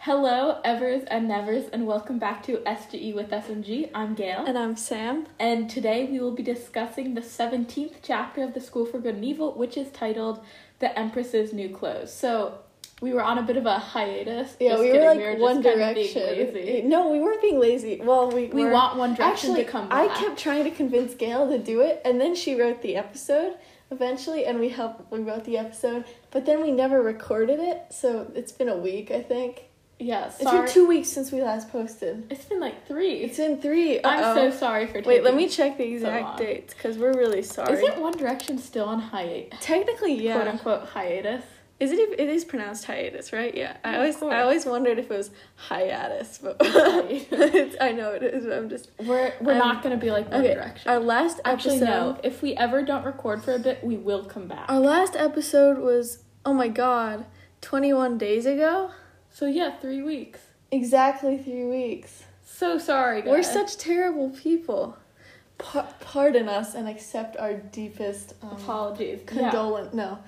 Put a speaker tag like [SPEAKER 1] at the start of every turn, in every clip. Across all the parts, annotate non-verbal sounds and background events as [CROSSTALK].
[SPEAKER 1] Hello, evers and nevers, and welcome back to SGE with SMG. I'm Gail,
[SPEAKER 2] And I'm Sam.
[SPEAKER 1] and today we will be discussing the 17th chapter of the School for Good and Evil, which is titled The Empress's New Clothes. So, we were on a bit of a hiatus.
[SPEAKER 2] Yeah,
[SPEAKER 1] Just
[SPEAKER 2] we
[SPEAKER 1] kidding,
[SPEAKER 2] were like
[SPEAKER 1] just
[SPEAKER 2] One
[SPEAKER 1] kind of being
[SPEAKER 2] Direction. Eh,
[SPEAKER 1] lazy.
[SPEAKER 2] No, we weren't being lazy. Well, we
[SPEAKER 1] We
[SPEAKER 2] were.
[SPEAKER 1] want One Direction
[SPEAKER 2] Actually,
[SPEAKER 1] to come
[SPEAKER 2] I
[SPEAKER 1] back.
[SPEAKER 2] kept trying to convince Gail to do it, and then she wrote the episode eventually, and we helped. We wrote the episode, but then we never recorded it, so it's been a week, I think.
[SPEAKER 1] Yeah,
[SPEAKER 2] It's
[SPEAKER 1] sorry.
[SPEAKER 2] been two weeks since we last posted.
[SPEAKER 1] it's been like three.
[SPEAKER 2] It's been 3
[SPEAKER 1] I'm
[SPEAKER 2] uh-oh.
[SPEAKER 1] so sorry for taking
[SPEAKER 2] Wait, let me check the
[SPEAKER 1] long.
[SPEAKER 2] exact dates because we're really sorry.
[SPEAKER 1] Isn't One Direction still on hiatus?
[SPEAKER 2] Technically, yeah.
[SPEAKER 1] Quote unquote hiatus.
[SPEAKER 2] Is it? It is pronounced hiatus, right? Yeah.
[SPEAKER 1] Yeah,
[SPEAKER 2] I
[SPEAKER 1] of
[SPEAKER 2] always,
[SPEAKER 1] course.
[SPEAKER 2] I always wondered if it was hiatus, but [LAUGHS]
[SPEAKER 1] It's
[SPEAKER 2] it's, I know it is. But I'm just
[SPEAKER 1] We're we're
[SPEAKER 2] Um,
[SPEAKER 1] not gonna be like One
[SPEAKER 2] okay.
[SPEAKER 1] Direction.
[SPEAKER 2] Our last
[SPEAKER 1] Actually,
[SPEAKER 2] episode.
[SPEAKER 1] no. If we ever don't record for a bit, we will come back.
[SPEAKER 2] Our last episode was oh my god, 21 days ago.
[SPEAKER 1] So yeah, three weeks.
[SPEAKER 2] Exactly three weeks.
[SPEAKER 1] So sorry, guys.
[SPEAKER 2] We're such terrible people. Pa- pardon us and accept our deepest um,
[SPEAKER 1] apologies. Yeah.
[SPEAKER 2] condolence. No,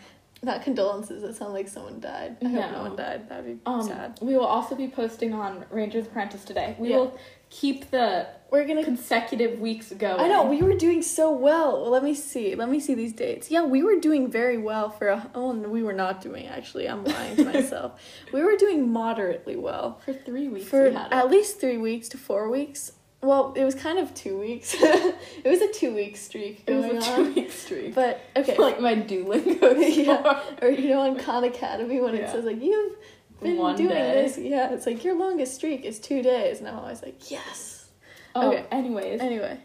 [SPEAKER 2] not condolences. That sounds like someone died. I hope
[SPEAKER 1] No.
[SPEAKER 2] no one died. That'd be
[SPEAKER 1] Um,
[SPEAKER 2] sad.
[SPEAKER 1] we will also be posting on Ranger's Apprentice today. We
[SPEAKER 2] Yeah.
[SPEAKER 1] will keep the
[SPEAKER 2] We're gonna
[SPEAKER 1] consecutive weeks going.
[SPEAKER 2] I know we were doing so well. Well, Let me see. Let me see these dates. Yeah, we were doing very well for a. Oh, no, we were not doing actually. I'm lying to
[SPEAKER 1] [LAUGHS]
[SPEAKER 2] myself. We were doing moderately well
[SPEAKER 1] for three weeks.
[SPEAKER 2] for
[SPEAKER 1] we had it.
[SPEAKER 2] at least three weeks to four weeks. Well, it was kind of two weeks. [LAUGHS] it was a two week streak
[SPEAKER 1] it
[SPEAKER 2] going
[SPEAKER 1] was a
[SPEAKER 2] on.
[SPEAKER 1] two
[SPEAKER 2] [LAUGHS]
[SPEAKER 1] week streak.
[SPEAKER 2] But okay,
[SPEAKER 1] [LAUGHS] like my Duolingo.
[SPEAKER 2] [LAUGHS] Yeah.
[SPEAKER 1] score.
[SPEAKER 2] or you know, on Khan Academy when
[SPEAKER 1] Yeah.
[SPEAKER 2] it says like you've been
[SPEAKER 1] One
[SPEAKER 2] doing
[SPEAKER 1] day.
[SPEAKER 2] this, yeah, it's like your longest streak is two days, and I'm always like yes.
[SPEAKER 1] Oh,
[SPEAKER 2] Okay.
[SPEAKER 1] anyways.
[SPEAKER 2] Anyway,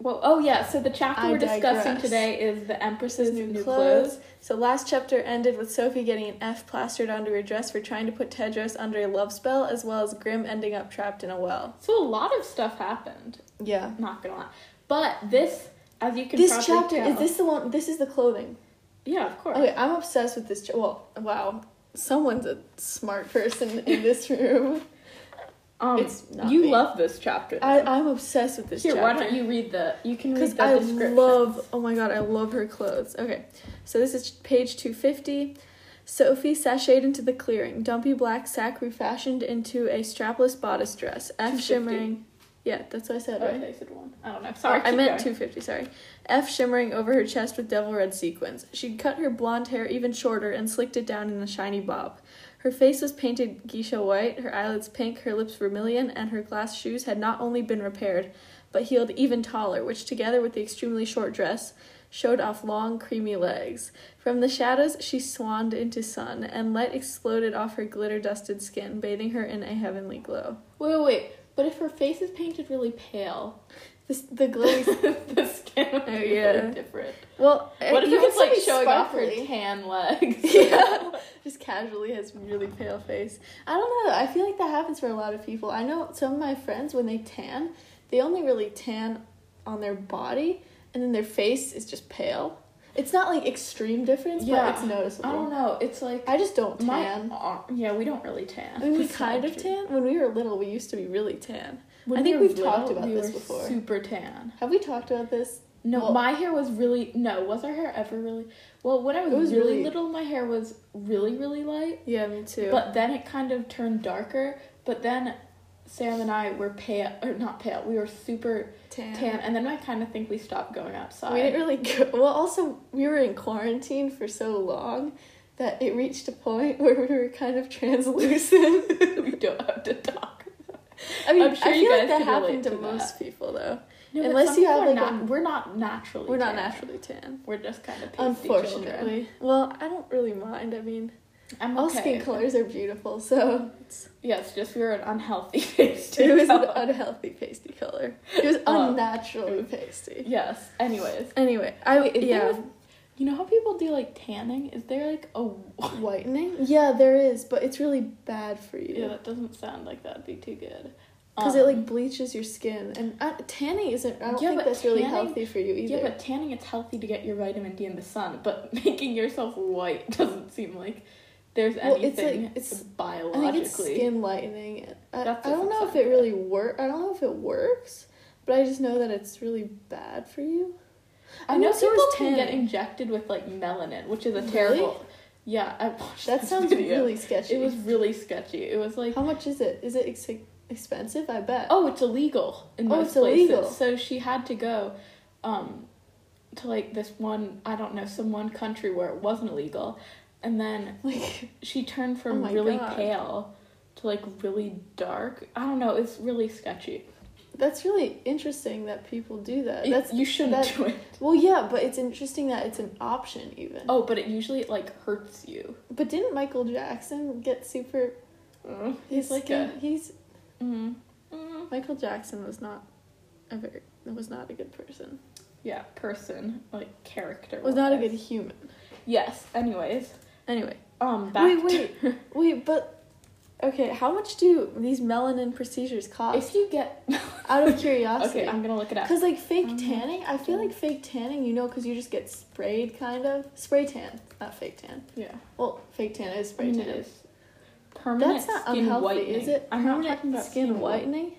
[SPEAKER 1] Well, oh yeah. So the chapter
[SPEAKER 2] I
[SPEAKER 1] we're discussing
[SPEAKER 2] digress.
[SPEAKER 1] today is the Empress's
[SPEAKER 2] new,
[SPEAKER 1] new,
[SPEAKER 2] clothes.
[SPEAKER 1] clothes.
[SPEAKER 2] So last chapter ended with Sophie getting an F plastered onto her dress for trying to put Tedros under a love spell, as well as Grim ending up trapped in a well.
[SPEAKER 1] So a lot of stuff happened.
[SPEAKER 2] Yeah.
[SPEAKER 1] Not gonna lie, but this, as you can
[SPEAKER 2] This
[SPEAKER 1] probably
[SPEAKER 2] chapter
[SPEAKER 1] tell-
[SPEAKER 2] is this the one? This is the clothing.
[SPEAKER 1] Yeah, of course.
[SPEAKER 2] Okay, I'm obsessed with this. Cha- well, wow, someone's a smart person in this room.
[SPEAKER 1] Um,
[SPEAKER 2] It's not
[SPEAKER 1] you
[SPEAKER 2] me.
[SPEAKER 1] love this chapter.
[SPEAKER 2] I,
[SPEAKER 1] though.
[SPEAKER 2] I'm obsessed with this
[SPEAKER 1] Here,
[SPEAKER 2] chapter.
[SPEAKER 1] why don't you read the? You can read
[SPEAKER 2] Because
[SPEAKER 1] the
[SPEAKER 2] I
[SPEAKER 1] description.
[SPEAKER 2] love, oh my god, I love her clothes. Okay, so this is page 250. Sophie sashayed into the clearing, dumpy black sack refashioned into a strapless bodice dress, F
[SPEAKER 1] 250.
[SPEAKER 2] shimmering. Yeah, that's what I said,
[SPEAKER 1] Oh,
[SPEAKER 2] right?
[SPEAKER 1] I said one. I don't know. Sorry,
[SPEAKER 2] Oh, I
[SPEAKER 1] keep
[SPEAKER 2] meant
[SPEAKER 1] going.
[SPEAKER 2] 250, sorry. F shimmering over her chest with devil red sequins. She'd cut her blonde hair even shorter and slicked it down in a shiny bob. Her face was painted geisha white, her eyelids pink, her lips vermilion, and her glass shoes had not only been repaired, but healed even taller, which together with the extremely short dress showed off long, creamy legs. From the shadows, she swanned into sun, and light exploded off her glitter dusted skin, bathing her in a heavenly glow.
[SPEAKER 1] Wait, wait, wait. But if her face is painted really pale,
[SPEAKER 2] This, the glittery
[SPEAKER 1] [LAUGHS] the skin would be
[SPEAKER 2] Oh,
[SPEAKER 1] really
[SPEAKER 2] yeah.
[SPEAKER 1] different.
[SPEAKER 2] Well,
[SPEAKER 1] What if
[SPEAKER 2] you
[SPEAKER 1] it was
[SPEAKER 2] also
[SPEAKER 1] like
[SPEAKER 2] be
[SPEAKER 1] showing off her
[SPEAKER 2] sparkly.
[SPEAKER 1] tan legs?
[SPEAKER 2] [LAUGHS] yeah, just casually has really pale face. I don't know. I feel like that happens for a lot of people. I know some of my friends when they tan, they only really tan on their body, and then their face is just pale. It's not like extreme difference,
[SPEAKER 1] Yeah.
[SPEAKER 2] but it's noticeable.
[SPEAKER 1] [LAUGHS] I don't know. It's like
[SPEAKER 2] I just don't
[SPEAKER 1] my
[SPEAKER 2] tan.
[SPEAKER 1] ar- yeah, we don't really tan.
[SPEAKER 2] I mean, [LAUGHS] we
[SPEAKER 1] That's not
[SPEAKER 2] kind of
[SPEAKER 1] true.
[SPEAKER 2] tan. When we were little, we used to be really tan.
[SPEAKER 1] When
[SPEAKER 2] I think
[SPEAKER 1] we were
[SPEAKER 2] we've talked
[SPEAKER 1] little,
[SPEAKER 2] about
[SPEAKER 1] we
[SPEAKER 2] this
[SPEAKER 1] were
[SPEAKER 2] before.
[SPEAKER 1] Super tan.
[SPEAKER 2] Have we talked about this?
[SPEAKER 1] No,
[SPEAKER 2] Well-
[SPEAKER 1] my hair was really no. Was our hair ever really? Well, when I was,
[SPEAKER 2] It was
[SPEAKER 1] really
[SPEAKER 2] really-
[SPEAKER 1] little, my hair was really really light.
[SPEAKER 2] Yeah, me too.
[SPEAKER 1] But then it kind of turned darker. But then Sam and I were pale, or not pale. We were super
[SPEAKER 2] tan.
[SPEAKER 1] tan, and then I kind of think we stopped going outside.
[SPEAKER 2] We didn't really go. Well, also, we were in quarantine for so long that it reached a point [LAUGHS] where we were kind of translucent.
[SPEAKER 1] [LAUGHS] we don't have to talk.
[SPEAKER 2] I mean,
[SPEAKER 1] [LAUGHS] I'm sure
[SPEAKER 2] I
[SPEAKER 1] you
[SPEAKER 2] feel like
[SPEAKER 1] guys
[SPEAKER 2] that
[SPEAKER 1] can relate
[SPEAKER 2] happened to,
[SPEAKER 1] to that.
[SPEAKER 2] most people, though.
[SPEAKER 1] No, but
[SPEAKER 2] Unless
[SPEAKER 1] some
[SPEAKER 2] you
[SPEAKER 1] people
[SPEAKER 2] have,
[SPEAKER 1] are
[SPEAKER 2] like,
[SPEAKER 1] not,
[SPEAKER 2] a-
[SPEAKER 1] we're not naturally.
[SPEAKER 2] We're not
[SPEAKER 1] tan.
[SPEAKER 2] naturally tan.
[SPEAKER 1] We're just kind of pasty children.
[SPEAKER 2] Unfortunately. Well, I don't really mind. I mean,
[SPEAKER 1] I'm
[SPEAKER 2] all
[SPEAKER 1] okay.
[SPEAKER 2] skin colors are beautiful, so it's,
[SPEAKER 1] Yeah, it's just we were an unhealthy [LAUGHS] face.
[SPEAKER 2] [LAUGHS] it was an
[SPEAKER 1] color.
[SPEAKER 2] unhealthy pasty color. It was
[SPEAKER 1] [LAUGHS] Um,
[SPEAKER 2] unnaturally pasty.
[SPEAKER 1] yes. Anyways.
[SPEAKER 2] Anyway, I
[SPEAKER 1] Wait, is
[SPEAKER 2] yeah.
[SPEAKER 1] there You know how people do like tanning? Is there like a [LAUGHS]
[SPEAKER 2] Whitening? Yeah, there is, but it's really bad for you.
[SPEAKER 1] yeah? That doesn't sound like that'd be too good.
[SPEAKER 2] because
[SPEAKER 1] Um,
[SPEAKER 2] it like bleaches your skin and uh, tanning isn't i don't
[SPEAKER 1] Yeah,
[SPEAKER 2] think
[SPEAKER 1] but
[SPEAKER 2] that's really
[SPEAKER 1] tanning-
[SPEAKER 2] healthy for you either
[SPEAKER 1] yeah, but tanning it's healthy to get your vitamin D in the sun, but [LAUGHS] making yourself white doesn't seem like there's
[SPEAKER 2] Well, it's,
[SPEAKER 1] anything
[SPEAKER 2] like, it's- i
[SPEAKER 1] biologically.
[SPEAKER 2] think it's skin lightening i,
[SPEAKER 1] That's
[SPEAKER 2] I don't know if
[SPEAKER 1] different.
[SPEAKER 2] it really work i don't know if it works but i just know that it's really bad for you
[SPEAKER 1] I know
[SPEAKER 2] so
[SPEAKER 1] people
[SPEAKER 2] is
[SPEAKER 1] can get
[SPEAKER 2] tanning.
[SPEAKER 1] injected with like melanin, which is a
[SPEAKER 2] Really?
[SPEAKER 1] terrible. Yeah, I watched
[SPEAKER 2] That [LAUGHS]
[SPEAKER 1] this
[SPEAKER 2] sounds
[SPEAKER 1] video.
[SPEAKER 2] really sketchy.
[SPEAKER 1] It was really sketchy. It was like,
[SPEAKER 2] How much is it? Is it ex- expensive? I bet.
[SPEAKER 1] oh, it's illegal in
[SPEAKER 2] Oh,
[SPEAKER 1] most
[SPEAKER 2] it's
[SPEAKER 1] places.
[SPEAKER 2] illegal.
[SPEAKER 1] So she had to go um, to like this one, I don't know, some one country where it wasn't illegal. And then
[SPEAKER 2] like [LAUGHS]
[SPEAKER 1] she turned
[SPEAKER 2] Oh
[SPEAKER 1] from
[SPEAKER 2] my
[SPEAKER 1] really
[SPEAKER 2] God.
[SPEAKER 1] pale to like really dark. I don't know, it's really sketchy.
[SPEAKER 2] that's really interesting that people do that.
[SPEAKER 1] You-
[SPEAKER 2] That's
[SPEAKER 1] you shouldn't
[SPEAKER 2] that-
[SPEAKER 1] do it.
[SPEAKER 2] well, yeah, but it's interesting that it's an option even.
[SPEAKER 1] Oh, but it usually like hurts you.
[SPEAKER 2] but didn't Michael Jackson get super?
[SPEAKER 1] He's like
[SPEAKER 2] skin-
[SPEAKER 1] a.
[SPEAKER 2] he's
[SPEAKER 1] Mm, mm,
[SPEAKER 2] Michael Jackson was not a very was not a good person.
[SPEAKER 1] yeah, person like character.
[SPEAKER 2] Was not a
[SPEAKER 1] wise.
[SPEAKER 2] good human.
[SPEAKER 1] Yes. Anyways,
[SPEAKER 2] Anyway,
[SPEAKER 1] um, back
[SPEAKER 2] wait,
[SPEAKER 1] to- [LAUGHS]
[SPEAKER 2] wait, wait, but okay, how much do these melanin procedures cost?
[SPEAKER 1] If you get [LAUGHS]
[SPEAKER 2] out of curiosity.
[SPEAKER 1] okay, I'm gonna look it up.
[SPEAKER 2] Cause like fake
[SPEAKER 1] Um,
[SPEAKER 2] tanning, I feel
[SPEAKER 1] yeah.
[SPEAKER 2] like fake tanning, you know, cause you just get sprayed, kind of spray tan, not fake tan.
[SPEAKER 1] Yeah,
[SPEAKER 2] Well, fake tan is
[SPEAKER 1] I
[SPEAKER 2] spray
[SPEAKER 1] mean,
[SPEAKER 2] tan.
[SPEAKER 1] it is permanent
[SPEAKER 2] That's not
[SPEAKER 1] skin
[SPEAKER 2] unhealthy,
[SPEAKER 1] whitening.
[SPEAKER 2] is it?
[SPEAKER 1] I'm
[SPEAKER 2] Permanent
[SPEAKER 1] not talking about
[SPEAKER 2] skin, whitening.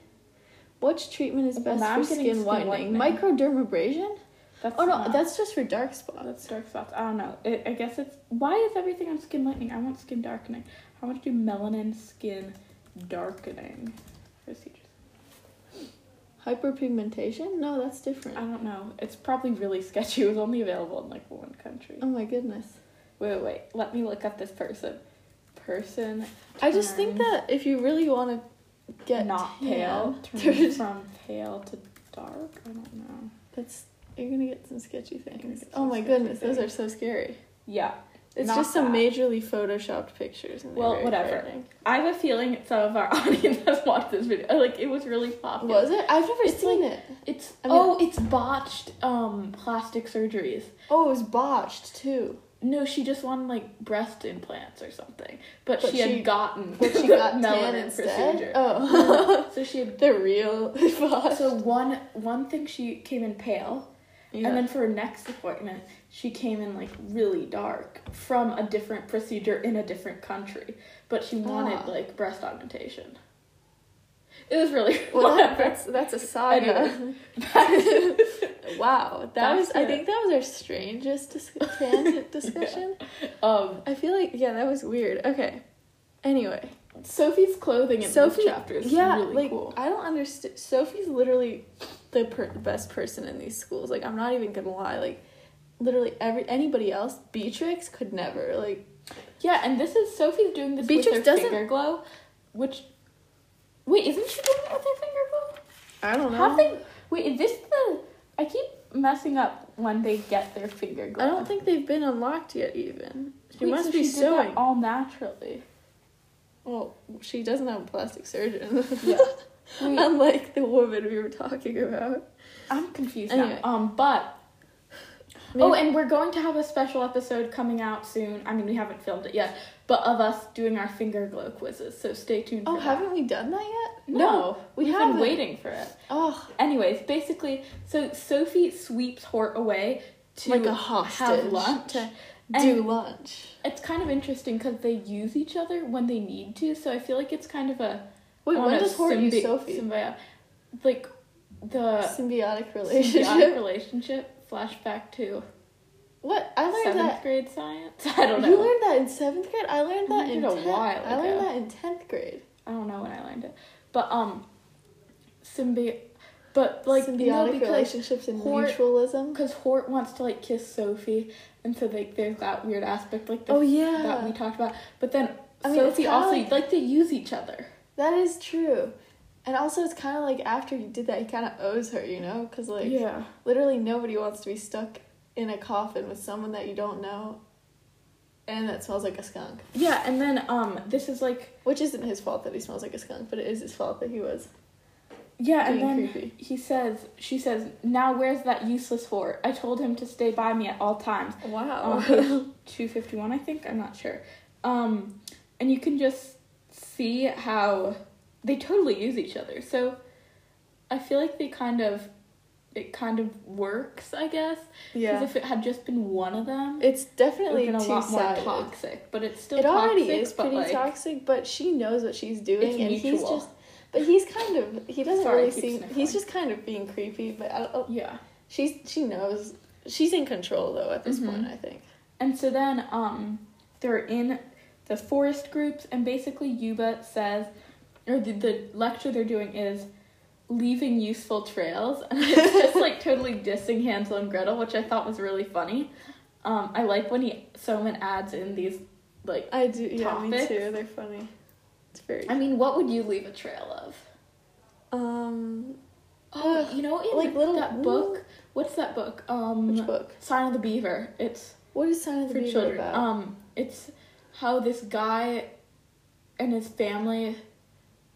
[SPEAKER 2] Which treatment is
[SPEAKER 1] Well,
[SPEAKER 2] best
[SPEAKER 1] now
[SPEAKER 2] for
[SPEAKER 1] I'm
[SPEAKER 2] skin,
[SPEAKER 1] getting skin
[SPEAKER 2] whitening?
[SPEAKER 1] whitening.
[SPEAKER 2] Microdermabrasion?
[SPEAKER 1] That's
[SPEAKER 2] Oh no,
[SPEAKER 1] not-
[SPEAKER 2] that's just for dark spots.
[SPEAKER 1] that's dark spots. I don't know. It, I guess it's why is everything on skin lightening? I want skin darkening. I want to do melanin skin darkening procedures.
[SPEAKER 2] Hyperpigmentation? No, that's
[SPEAKER 1] I
[SPEAKER 2] different.
[SPEAKER 1] don't know. It's probably really sketchy. It was only available in like one country.
[SPEAKER 2] Oh my goodness.
[SPEAKER 1] Wait, wait, wait. Let me look up this person. Person
[SPEAKER 2] I just think
[SPEAKER 1] Turn.
[SPEAKER 2] that if you really want to get
[SPEAKER 1] not
[SPEAKER 2] tan,
[SPEAKER 1] pale. [LAUGHS] Turned
[SPEAKER 2] there's-
[SPEAKER 1] from pale to dark. I don't know.
[SPEAKER 2] that's you're gonna get some sketchy
[SPEAKER 1] gonna
[SPEAKER 2] things.
[SPEAKER 1] get
[SPEAKER 2] Oh
[SPEAKER 1] some
[SPEAKER 2] my
[SPEAKER 1] sketchy
[SPEAKER 2] goodness, those are
[SPEAKER 1] things.
[SPEAKER 2] so scary.
[SPEAKER 1] Yeah.
[SPEAKER 2] It's
[SPEAKER 1] Not
[SPEAKER 2] just some
[SPEAKER 1] that.
[SPEAKER 2] majorly photoshopped pictures. And they're
[SPEAKER 1] Well,
[SPEAKER 2] very
[SPEAKER 1] whatever.
[SPEAKER 2] frightening.
[SPEAKER 1] I have a feeling some of our [LAUGHS] audience has watched this video. Like it was really popular.
[SPEAKER 2] Was it? I've never
[SPEAKER 1] It's
[SPEAKER 2] seen it.
[SPEAKER 1] It's
[SPEAKER 2] I mean-
[SPEAKER 1] oh, it's botched um plastic surgeries.
[SPEAKER 2] Oh, it was botched too.
[SPEAKER 1] No, she just wanted like breast implants or something. But,
[SPEAKER 2] But
[SPEAKER 1] she,
[SPEAKER 2] she-
[SPEAKER 1] had gotten
[SPEAKER 2] But she
[SPEAKER 1] [LAUGHS] the
[SPEAKER 2] got tan
[SPEAKER 1] melanin
[SPEAKER 2] instead.
[SPEAKER 1] procedure.
[SPEAKER 2] Oh, [LAUGHS]
[SPEAKER 1] So she had
[SPEAKER 2] the real [LAUGHS] botched.
[SPEAKER 1] so one one thing she came in pale
[SPEAKER 2] Yeah.
[SPEAKER 1] And then for her next appointment, she came in like really dark from a different procedure in a different country, but she wanted
[SPEAKER 2] Ah.
[SPEAKER 1] like breast augmentation. It was really
[SPEAKER 2] well,
[SPEAKER 1] [LAUGHS]
[SPEAKER 2] that,
[SPEAKER 1] whatever.
[SPEAKER 2] that's that's a saga. [LAUGHS] wow, that
[SPEAKER 1] Back
[SPEAKER 2] was. I
[SPEAKER 1] to-
[SPEAKER 2] think that was our
[SPEAKER 1] [LAUGHS]
[SPEAKER 2] strangest dis- tan discussion.
[SPEAKER 1] um,
[SPEAKER 2] I feel like yeah, that was weird. Okay. Anyway,
[SPEAKER 1] Sophie's clothing in
[SPEAKER 2] Sophie-
[SPEAKER 1] this chapter is
[SPEAKER 2] yeah,
[SPEAKER 1] really
[SPEAKER 2] like
[SPEAKER 1] cool.
[SPEAKER 2] I don't understand. Sophie's literally the per- best person in these schools. Like I'm not even gonna lie. Like literally every anybody else, Beatrix could never. Like
[SPEAKER 1] Yeah, and this is Sophie's doing this
[SPEAKER 2] Beatrix
[SPEAKER 1] with her
[SPEAKER 2] doesn't-
[SPEAKER 1] finger glow, which wait, isn't she doing it with her finger glow?
[SPEAKER 2] I don't know.
[SPEAKER 1] Have they? Wait, is this the? I keep messing up when they get their finger glow.
[SPEAKER 2] I don't think they've been unlocked yet. Even she
[SPEAKER 1] Wait,
[SPEAKER 2] must
[SPEAKER 1] so
[SPEAKER 2] be
[SPEAKER 1] she
[SPEAKER 2] sewing.
[SPEAKER 1] Did that all naturally.
[SPEAKER 2] well, she doesn't have a plastic surgeon.
[SPEAKER 1] Yeah. Wait,
[SPEAKER 2] [LAUGHS] Unlike the woman we were talking about.
[SPEAKER 1] I'm confused
[SPEAKER 2] Anyway.
[SPEAKER 1] now. Um, but oh,
[SPEAKER 2] Maybe-
[SPEAKER 1] and we're going to have a special episode coming out soon. I mean, we haven't filmed it yet, but of us doing our finger glow quizzes. So stay tuned.
[SPEAKER 2] oh,
[SPEAKER 1] for
[SPEAKER 2] haven't we done that yet?
[SPEAKER 1] that. no,
[SPEAKER 2] we
[SPEAKER 1] we have
[SPEAKER 2] haven't.
[SPEAKER 1] been waiting for it.
[SPEAKER 2] Oh,
[SPEAKER 1] Anyways, basically, so Sophie sweeps Hort away to
[SPEAKER 2] like a hostage
[SPEAKER 1] have lunch.
[SPEAKER 2] to do
[SPEAKER 1] And-
[SPEAKER 2] lunch.
[SPEAKER 1] It's kind of interesting because they use each other when they need to. So I feel like it's kind of a
[SPEAKER 2] Wait,
[SPEAKER 1] I
[SPEAKER 2] when
[SPEAKER 1] don't know,
[SPEAKER 2] does Hort use
[SPEAKER 1] symbi-
[SPEAKER 2] Sophie?
[SPEAKER 1] symbio- like the
[SPEAKER 2] symbiotic relationship. [LAUGHS]
[SPEAKER 1] symbiotic relationship flashback to
[SPEAKER 2] What I learned
[SPEAKER 1] seventh
[SPEAKER 2] that
[SPEAKER 1] grade science. [LAUGHS] I don't know.
[SPEAKER 2] you learned that in seventh grade. I learned
[SPEAKER 1] I
[SPEAKER 2] that
[SPEAKER 1] learned
[SPEAKER 2] in
[SPEAKER 1] it a
[SPEAKER 2] tenth.
[SPEAKER 1] while
[SPEAKER 2] I learned
[SPEAKER 1] ago.
[SPEAKER 2] that in tenth grade.
[SPEAKER 1] I don't know when I learned it, but um, symbi, but like
[SPEAKER 2] symbiotic
[SPEAKER 1] no, because
[SPEAKER 2] relationships and
[SPEAKER 1] Hort-
[SPEAKER 2] mutualism.
[SPEAKER 1] because Hort wants to like kiss Sophie, and so like there's that weird aspect like the,
[SPEAKER 2] Oh yeah,
[SPEAKER 1] that we talked about. But then
[SPEAKER 2] I mean, it's
[SPEAKER 1] Sophie
[SPEAKER 2] kinda
[SPEAKER 1] also
[SPEAKER 2] like-
[SPEAKER 1] like, they use each other.
[SPEAKER 2] that is true. And also, it's kind of like after he did that, he kind of owes her, you know, because like
[SPEAKER 1] yeah,
[SPEAKER 2] literally nobody wants to be stuck in a coffin with someone that you don't know, and that smells like a skunk.
[SPEAKER 1] yeah, and then um, this is like
[SPEAKER 2] Which isn't his fault that he smells like a skunk, but it is his fault that he was
[SPEAKER 1] yeah,
[SPEAKER 2] being
[SPEAKER 1] and then
[SPEAKER 2] creepy.
[SPEAKER 1] he says she says now where's that useless Hort? I told him to stay by me at all
[SPEAKER 2] [LAUGHS]
[SPEAKER 1] times.
[SPEAKER 2] Wow.
[SPEAKER 1] [LAUGHS] on page 251 i think i'm not sure um and you can just see how they totally use each other so i feel like they kind of it kind of works i guess because
[SPEAKER 2] yeah,
[SPEAKER 1] if it had just been one of them it
[SPEAKER 2] it's
[SPEAKER 1] would have
[SPEAKER 2] definitely
[SPEAKER 1] been a
[SPEAKER 2] two
[SPEAKER 1] lot more
[SPEAKER 2] sided.
[SPEAKER 1] toxic but it's still
[SPEAKER 2] It already
[SPEAKER 1] toxic,
[SPEAKER 2] is
[SPEAKER 1] but,
[SPEAKER 2] pretty
[SPEAKER 1] like,
[SPEAKER 2] toxic, but she knows what she's doing,
[SPEAKER 1] It's
[SPEAKER 2] and he's
[SPEAKER 1] mutual.
[SPEAKER 2] just. But he's kind of he doesn't
[SPEAKER 1] Sorry, I
[SPEAKER 2] really
[SPEAKER 1] keep
[SPEAKER 2] seem.
[SPEAKER 1] sniffling.
[SPEAKER 2] He's just kind of being creepy, but I don't, oh,
[SPEAKER 1] yeah
[SPEAKER 2] she's she knows she's in control though at this
[SPEAKER 1] Mhm.
[SPEAKER 2] point. I think.
[SPEAKER 1] and so then um They're in the forest groups, and basically Yuba says, or the, the lecture they're doing is leaving useful trails, [LAUGHS] and it's just like totally dissing Hansel and Gretel, which I thought was really funny. Um, I like when he Soman adds in these like.
[SPEAKER 2] I do. Yeah, me
[SPEAKER 1] Topics?
[SPEAKER 2] too. They're funny. It's very.
[SPEAKER 1] I mean, what would you leave a trail of?
[SPEAKER 2] um,
[SPEAKER 1] Oh, you know, in
[SPEAKER 2] like little-
[SPEAKER 1] that book. What's that book? Um,
[SPEAKER 2] which book?
[SPEAKER 1] Sign of the Beaver. It's
[SPEAKER 2] What is Sign of the
[SPEAKER 1] for
[SPEAKER 2] Beaver
[SPEAKER 1] children.
[SPEAKER 2] about?
[SPEAKER 1] Um, it's how this guy and his family,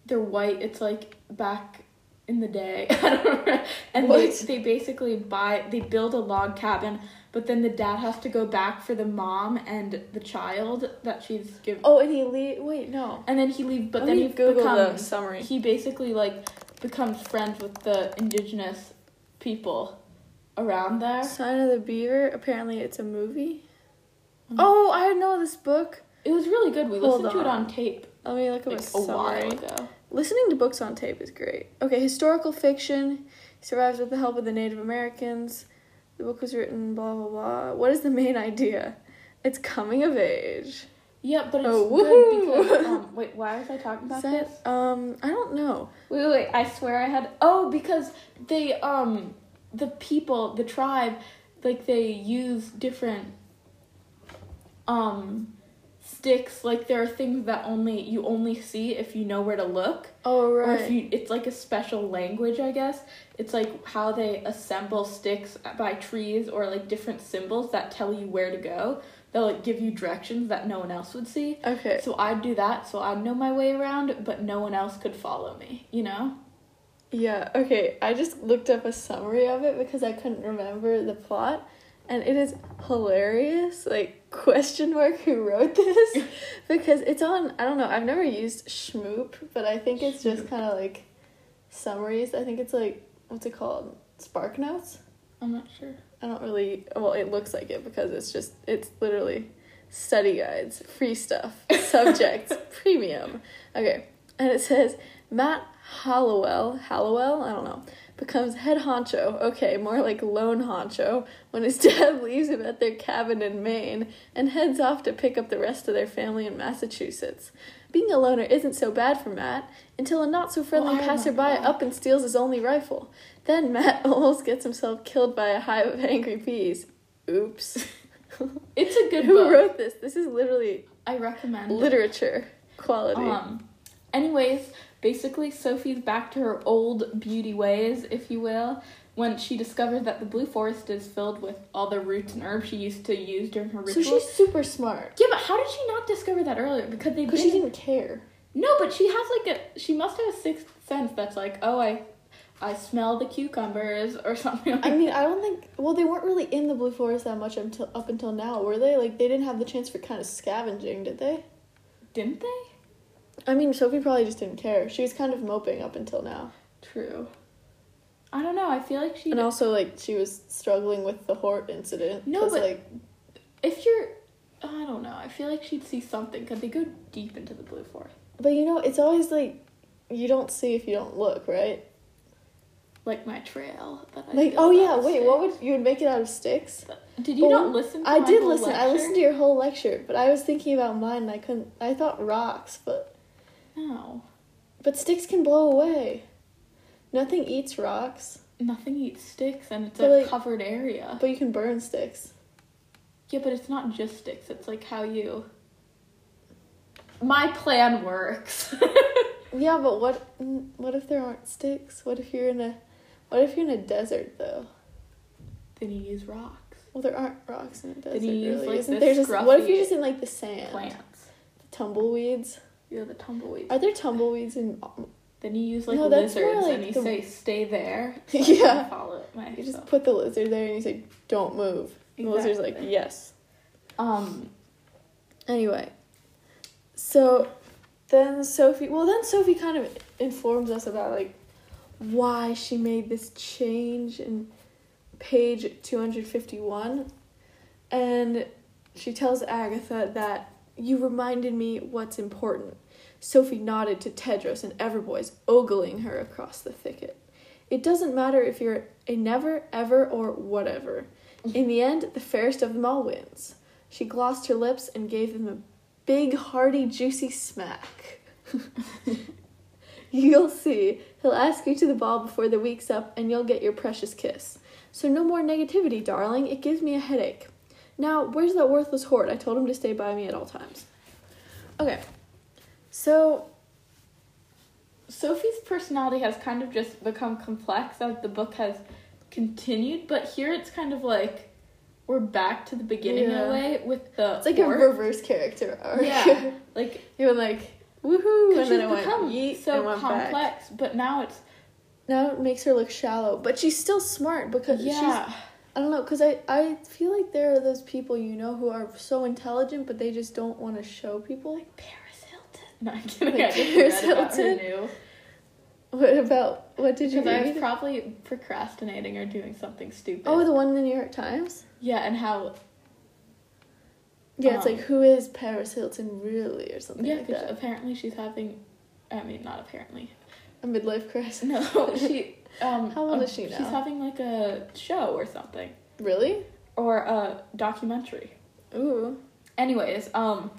[SPEAKER 1] they're white. It's like back in the day, [LAUGHS] I don't remember. and they,
[SPEAKER 2] What?
[SPEAKER 1] they basically buy they build a log cabin, but then the dad has to go back for the mom and the child that she's given.
[SPEAKER 2] oh, and he le- Wait, no.
[SPEAKER 1] And then he leaves, but
[SPEAKER 2] Let
[SPEAKER 1] then
[SPEAKER 2] me
[SPEAKER 1] he
[SPEAKER 2] Google the
[SPEAKER 1] becomes
[SPEAKER 2] summary.
[SPEAKER 1] he basically like becomes friends with the indigenous people around there.
[SPEAKER 2] Sign of the Beaver. Apparently, it's a movie.
[SPEAKER 1] Mhm.
[SPEAKER 2] Oh, I know this book.
[SPEAKER 1] It was really good. We
[SPEAKER 2] Hold
[SPEAKER 1] listened to it
[SPEAKER 2] on.
[SPEAKER 1] on tape
[SPEAKER 2] Let me look at
[SPEAKER 1] like
[SPEAKER 2] a
[SPEAKER 1] a while
[SPEAKER 2] summary.
[SPEAKER 1] ago.
[SPEAKER 2] Listening to books on tape is great. Okay, historical fiction. He survives with the help of the Native Americans. The book was written. Blah blah blah. What is the main [LAUGHS] idea? It's coming of age.
[SPEAKER 1] Yeah, but it's
[SPEAKER 2] Oh, woohoo.
[SPEAKER 1] good because
[SPEAKER 2] [LAUGHS]
[SPEAKER 1] um, wait, why was I talking about
[SPEAKER 2] Is that-
[SPEAKER 1] this?
[SPEAKER 2] um, I don't know.
[SPEAKER 1] Wait, wait, wait, I swear I had oh because they um the people the tribe like they use different um sticks like there are things that only you only see if you know where to look.
[SPEAKER 2] Oh
[SPEAKER 1] Or if you, it's like a special language, I guess. It's like how they assemble sticks by trees or like different symbols that tell you where to go. They'll like give you directions that no one else would see.
[SPEAKER 2] okay.
[SPEAKER 1] So I'd do that, so I'd know my way around, but no one else could follow me, you know?
[SPEAKER 2] Yeah. Okay. I just looked up a summary of it because I couldn't remember the plot, and it is hilarious. Like question mark who wrote this because it's on. I don't know. I've never used Schmoop, but I think it's just
[SPEAKER 1] Schmoop.
[SPEAKER 2] kind of like summaries. I think it's like what's it called? Spark Notes.
[SPEAKER 1] I'm not sure.
[SPEAKER 2] I don't really. Well, it looks like it because it's just it's literally study guides, free stuff, subjects, premium. Okay, and it says Matt Hallowell, Hallowell, I don't know, becomes head honcho. Okay, more like lone honcho when his [LAUGHS] dad leaves him at their cabin in Maine and heads off to pick up the rest of their family in Massachusetts. Being a loner isn't so bad for Matt until a not so friendly
[SPEAKER 1] Why am I
[SPEAKER 2] passerby
[SPEAKER 1] alone?
[SPEAKER 2] up and steals his only rifle. Then Matt [LAUGHS] almost gets himself killed by a hive of angry bees. Oops. [LAUGHS]
[SPEAKER 1] It's a good
[SPEAKER 2] Who
[SPEAKER 1] book.
[SPEAKER 2] wrote this? This is literally
[SPEAKER 1] I recommend it.
[SPEAKER 2] literature quality.
[SPEAKER 1] Um, anyways, basically, Sophie's back to her old beauty ways, if you will, when she discovers that the Blue Forest is filled with all the roots and herbs she used to use during her
[SPEAKER 2] so
[SPEAKER 1] rituals.
[SPEAKER 2] she's super smart
[SPEAKER 1] yeah, but how did she not discover that earlier? Because they
[SPEAKER 2] because
[SPEAKER 1] didn't.
[SPEAKER 2] she didn't care.
[SPEAKER 1] No, but she has like a. She must have a sixth sense that's like, oh, I, I smell the cucumbers or [LAUGHS] something. Like
[SPEAKER 2] I mean, I don't think. Well, they weren't really in the Blue Forest that much until up until now, were they? Like, they didn't have the chance for kind of scavenging, did they?
[SPEAKER 1] didn't they?
[SPEAKER 2] I mean, Sophie probably just didn't care. She was kind of moping up until now,
[SPEAKER 1] True. I don't know. I feel like she.
[SPEAKER 2] and also like she was struggling with the Hort incident.
[SPEAKER 1] No,
[SPEAKER 2] 'cause,
[SPEAKER 1] but-
[SPEAKER 2] like
[SPEAKER 1] If you're, I don't know. I feel like she'd see something because they go deep into the Blue Forest.
[SPEAKER 2] but you know, it's always like you don't see if you don't look, right?
[SPEAKER 1] like my trail that I
[SPEAKER 2] Like,
[SPEAKER 1] built
[SPEAKER 2] oh
[SPEAKER 1] out
[SPEAKER 2] yeah,
[SPEAKER 1] of
[SPEAKER 2] wait, what
[SPEAKER 1] sticks.
[SPEAKER 2] would you would make it out of sticks?
[SPEAKER 1] did you
[SPEAKER 2] but
[SPEAKER 1] not listen? to
[SPEAKER 2] I
[SPEAKER 1] my
[SPEAKER 2] did
[SPEAKER 1] whole
[SPEAKER 2] listen. I
[SPEAKER 1] lecture?
[SPEAKER 2] listened to your whole lecture, but I was thinking about mine. And I couldn't. I thought rocks, but
[SPEAKER 1] No,
[SPEAKER 2] But sticks can blow away. Nothing eats rocks,
[SPEAKER 1] nothing eats sticks, and it's
[SPEAKER 2] But,
[SPEAKER 1] a
[SPEAKER 2] like-
[SPEAKER 1] covered area.
[SPEAKER 2] but you can burn sticks.
[SPEAKER 1] yeah, but it's not just sticks. It's like how you. My plan works. [LAUGHS]
[SPEAKER 2] Yeah, but what mm, what if there aren't sticks? What if you're in a what if you're in a desert though?
[SPEAKER 1] then you use rocks,
[SPEAKER 2] Well, there aren't rocks in a desert.
[SPEAKER 1] you use,
[SPEAKER 2] really.
[SPEAKER 1] like,
[SPEAKER 2] Isn't
[SPEAKER 1] this
[SPEAKER 2] there just what if you're
[SPEAKER 1] scruffy
[SPEAKER 2] just in like the sand?
[SPEAKER 1] plants.
[SPEAKER 2] Tumbleweeds.
[SPEAKER 1] You're the tumbleweeds.
[SPEAKER 2] Are there tumbleweeds in
[SPEAKER 1] Then you use like
[SPEAKER 2] No, that's
[SPEAKER 1] lizards,
[SPEAKER 2] more like
[SPEAKER 1] and you
[SPEAKER 2] the-
[SPEAKER 1] say, "Stay
[SPEAKER 2] [LAUGHS]
[SPEAKER 1] there." I
[SPEAKER 2] Yeah.
[SPEAKER 1] can follow it myself.
[SPEAKER 2] you just put the lizard there and you say don't move. And the lizard's like,
[SPEAKER 1] Exactly.
[SPEAKER 2] "Yes."
[SPEAKER 1] um,
[SPEAKER 2] Anyway. So then Sophie, well then Sophie kind of informs us about like why she made this change in page 251 and she tells Agatha that you reminded me what's important. Sophie nodded to Tedros and Everboys ogling her across the thicket. It doesn't matter if you're a never, ever, or whatever. In the end, the fairest of them all wins. She glossed her lips and gave them a big, hearty, juicy smack. [LAUGHS] you'll see. He'll ask you to the ball before the week's up, and you'll get your precious kiss. So no more negativity, darling. It gives me a headache. Now, where's that worthless horde? I told him to stay by me at all times. Okay. So,
[SPEAKER 1] Sophie's personality has kind of just become complex as the book has continued, but here it's kind of like we're back to the beginning in
[SPEAKER 2] Yeah.
[SPEAKER 1] a way with the
[SPEAKER 2] it's like
[SPEAKER 1] orc.
[SPEAKER 2] a reverse character arc. [LAUGHS]
[SPEAKER 1] yeah, like
[SPEAKER 2] you were like, woohoo,
[SPEAKER 1] because
[SPEAKER 2] and
[SPEAKER 1] she's
[SPEAKER 2] then it went
[SPEAKER 1] become
[SPEAKER 2] yeet and
[SPEAKER 1] so
[SPEAKER 2] went back.
[SPEAKER 1] complex, but now it's
[SPEAKER 2] Now it makes her look shallow, but she's still smart because she's.
[SPEAKER 1] yeah,
[SPEAKER 2] I don't know, because I, I feel like there are those people you know who are so intelligent, but they just don't want to show people. [LAUGHS]
[SPEAKER 1] Paris Hilton. No, I'm kidding.
[SPEAKER 2] Like
[SPEAKER 1] I just
[SPEAKER 2] Paris
[SPEAKER 1] read about her
[SPEAKER 2] Hilton?
[SPEAKER 1] new-
[SPEAKER 2] What about. What did you
[SPEAKER 1] Because I was
[SPEAKER 2] read?
[SPEAKER 1] probably procrastinating or doing something stupid.
[SPEAKER 2] oh, the one in the New York Times?
[SPEAKER 1] yeah, and how
[SPEAKER 2] Yeah, it's
[SPEAKER 1] Um,
[SPEAKER 2] like, who is Paris Hilton really, or something
[SPEAKER 1] yeah,
[SPEAKER 2] like
[SPEAKER 1] because
[SPEAKER 2] that.
[SPEAKER 1] apparently she's having, I mean, not apparently.
[SPEAKER 2] A midlife
[SPEAKER 1] [LAUGHS]
[SPEAKER 2] crisis. [LAUGHS]
[SPEAKER 1] No, she. Um,
[SPEAKER 2] How old
[SPEAKER 1] um,
[SPEAKER 2] is she now?
[SPEAKER 1] She's having like a show or something
[SPEAKER 2] Really?
[SPEAKER 1] or a documentary.
[SPEAKER 2] Ooh.
[SPEAKER 1] Anyways, um,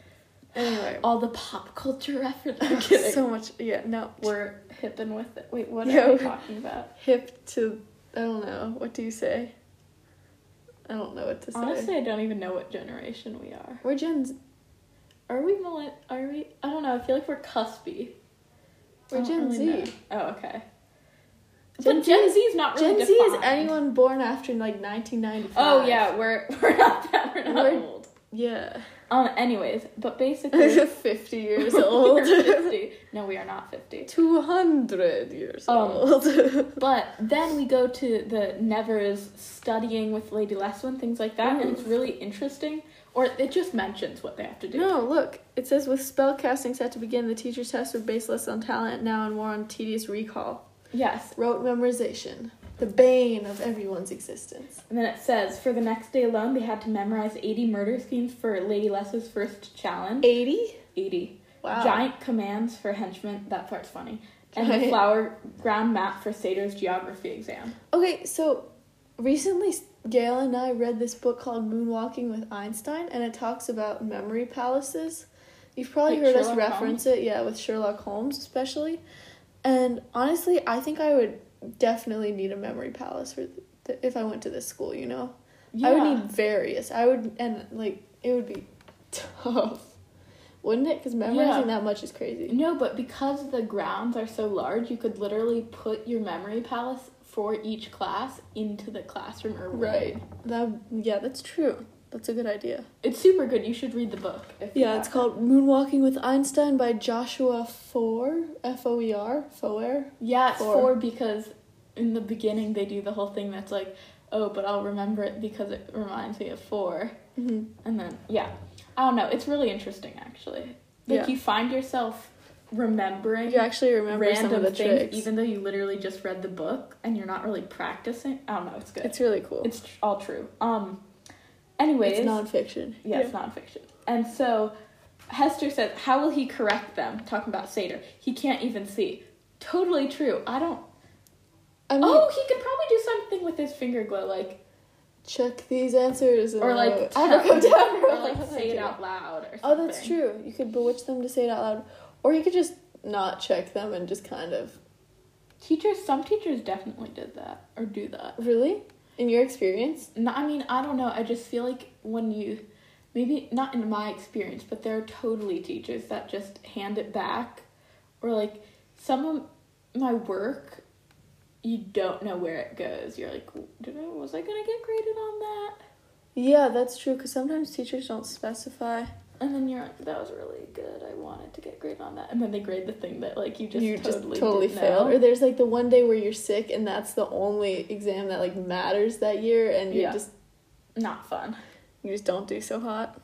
[SPEAKER 2] [LAUGHS] Anyway.
[SPEAKER 1] all the pop culture [LAUGHS] references. I'm kidding.
[SPEAKER 2] so much. Yeah, no. We're
[SPEAKER 1] [LAUGHS] We're hip and with it. Wait, what
[SPEAKER 2] Yeah.
[SPEAKER 1] are we talking about?
[SPEAKER 2] hip to. I don't know. What do you say? I don't know what to say.
[SPEAKER 1] Honestly, I don't even know what generation we are.
[SPEAKER 2] We're Gen Z.
[SPEAKER 1] Are we millenn? Are we? I don't know. I feel like we're cuspy. I
[SPEAKER 2] We're
[SPEAKER 1] don't
[SPEAKER 2] Gen
[SPEAKER 1] really
[SPEAKER 2] Z.
[SPEAKER 1] know. Oh, okay.
[SPEAKER 2] Gen
[SPEAKER 1] but
[SPEAKER 2] Z
[SPEAKER 1] Gen
[SPEAKER 2] is-
[SPEAKER 1] Z is not really
[SPEAKER 2] Gen Z is
[SPEAKER 1] defined.
[SPEAKER 2] anyone born after like 1995.
[SPEAKER 1] Oh yeah, we're [LAUGHS] we're not that we're not
[SPEAKER 2] We're-
[SPEAKER 1] old.
[SPEAKER 2] Yeah.
[SPEAKER 1] Um. Anyways, but
[SPEAKER 2] [LAUGHS]
[SPEAKER 1] basically,
[SPEAKER 2] 50 years
[SPEAKER 1] we're
[SPEAKER 2] [LAUGHS] old.
[SPEAKER 1] 50. No, we are not fifty.
[SPEAKER 2] 200 years
[SPEAKER 1] Um,
[SPEAKER 2] old.
[SPEAKER 1] But then we go to the Nevers studying with Lady Leswin, things like that, and it's really interesting. Or it just mentions what they have to do.
[SPEAKER 2] [LAUGHS] no, look. It says with spell casting set to begin, the teacher's tests were based less on talent now and more on tedious recall.
[SPEAKER 1] Yes.
[SPEAKER 2] Rote memorization. The bane of everyone's existence.
[SPEAKER 1] And then it says for the next day alone, they had to memorize 80 murder schemes for Lady Les's first challenge.
[SPEAKER 2] 80?
[SPEAKER 1] 80.
[SPEAKER 2] Wow.
[SPEAKER 1] Giant commands for henchmen. That part's funny. And the
[SPEAKER 2] Giant.
[SPEAKER 1] flower ground map for Satyr's geography exam.
[SPEAKER 2] Okay, so recently Gail and I read this book called Moonwalking with Einstein, and it talks about memory palaces. You've probably
[SPEAKER 1] Like
[SPEAKER 2] heard us
[SPEAKER 1] Sherlock
[SPEAKER 2] reference it, yeah, with Sherlock Holmes especially. And honestly, I think I would definitely need a memory palace for th- if I went to this school. You know, I would need various. I would and like it would be tough, wouldn't it? Because memorizing that much is crazy.
[SPEAKER 1] No, but because the grounds are so large, you could literally put your memory palace for each class into the classroom or wing.
[SPEAKER 2] Right. That yeah, that's true. That's a good idea.
[SPEAKER 1] It's super good. You should read the book. If you
[SPEAKER 2] Yeah, it's
[SPEAKER 1] haven't.
[SPEAKER 2] called Moonwalking with Einstein by Joshua Foer, F O E R, Foer.
[SPEAKER 1] Yeah, it's
[SPEAKER 2] Four.
[SPEAKER 1] four. because in the beginning they do the whole thing that's like, oh, but I'll remember it because it reminds me of four.
[SPEAKER 2] Mm-hmm.
[SPEAKER 1] And then, yeah. I don't know. It's really interesting, actually. Like,
[SPEAKER 2] Yeah.
[SPEAKER 1] you find yourself remembering
[SPEAKER 2] You actually remember
[SPEAKER 1] random
[SPEAKER 2] some of the
[SPEAKER 1] things,
[SPEAKER 2] tricks.
[SPEAKER 1] even though you literally just read the book and you're not really practicing. I don't know. It's good. It's,
[SPEAKER 2] it's really cool.
[SPEAKER 1] tr- all true. Um. Anyways,
[SPEAKER 2] It's nonfiction.
[SPEAKER 1] yeah, it's nonfiction. And so, Hester says, "How will he correct them?" Talking about Seder, he can't even see. Totally true. I don't.
[SPEAKER 2] I mean,
[SPEAKER 1] Oh, he could probably do something with his finger glow, like
[SPEAKER 2] check these answers. And
[SPEAKER 1] or like
[SPEAKER 2] I'll go
[SPEAKER 1] [LAUGHS]
[SPEAKER 2] [LAUGHS]
[SPEAKER 1] tell-
[SPEAKER 2] down.
[SPEAKER 1] or like say it out loud or something.
[SPEAKER 2] Oh, that's true. You could bewitch them to say it out loud. Or you could just not check them and just kind of.
[SPEAKER 1] Teachers, some teachers definitely did that or do that.
[SPEAKER 2] Really? In your experience?
[SPEAKER 1] No, I mean, I don't know. I just feel like when you, maybe not in my experience, but there are totally teachers that just hand it back, or like some of my work, you don't know where it goes. You're like, did I was I gonna get graded on that?
[SPEAKER 2] Yeah, that's true, because sometimes teachers don't specify.
[SPEAKER 1] And then you're like, that was really good. I wanted to get graded on that, and then they grade the thing that like you just
[SPEAKER 2] you
[SPEAKER 1] totally,
[SPEAKER 2] just totally
[SPEAKER 1] didn't
[SPEAKER 2] failed.
[SPEAKER 1] know.
[SPEAKER 2] Or there's like the one day where you're sick and that's the only exam that like matters that year and you
[SPEAKER 1] Yeah.
[SPEAKER 2] just
[SPEAKER 1] Not fun.
[SPEAKER 2] you just don't do so hot.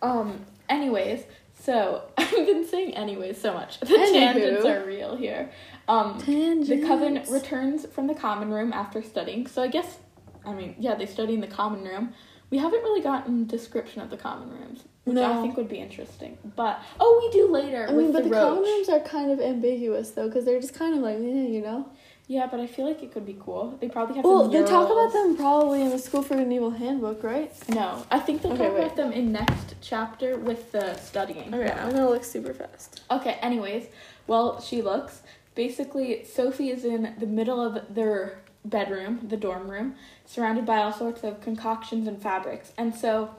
[SPEAKER 1] Um. Anyways, so [LAUGHS] I've been saying anyways so much. The tangents are real here. Um. The coven returns from the common room after studying. So I guess, I mean, yeah, they study in the common room. We haven't really gotten description of the common rooms, which
[SPEAKER 2] No.
[SPEAKER 1] I think would be interesting. But oh, we do later
[SPEAKER 2] I
[SPEAKER 1] with
[SPEAKER 2] mean, but
[SPEAKER 1] the,
[SPEAKER 2] the
[SPEAKER 1] roach.
[SPEAKER 2] common rooms are kind of ambiguous though, because they're just kind of like, eh, you know.
[SPEAKER 1] Yeah, but I feel like it could be cool. They probably have.
[SPEAKER 2] Well,
[SPEAKER 1] the
[SPEAKER 2] they talk
[SPEAKER 1] murals.
[SPEAKER 2] about them probably in the School for an Evil Handbook, right?
[SPEAKER 1] No, I think they'll
[SPEAKER 2] Okay,
[SPEAKER 1] talk
[SPEAKER 2] wait.
[SPEAKER 1] about them in next chapter with the studying.
[SPEAKER 2] Okay, I'm gonna look super fast.
[SPEAKER 1] Okay, anyways, well, she looks. Basically, Sophie is in the middle of their bedroom, the dorm room, surrounded by all sorts of concoctions and fabrics. And so.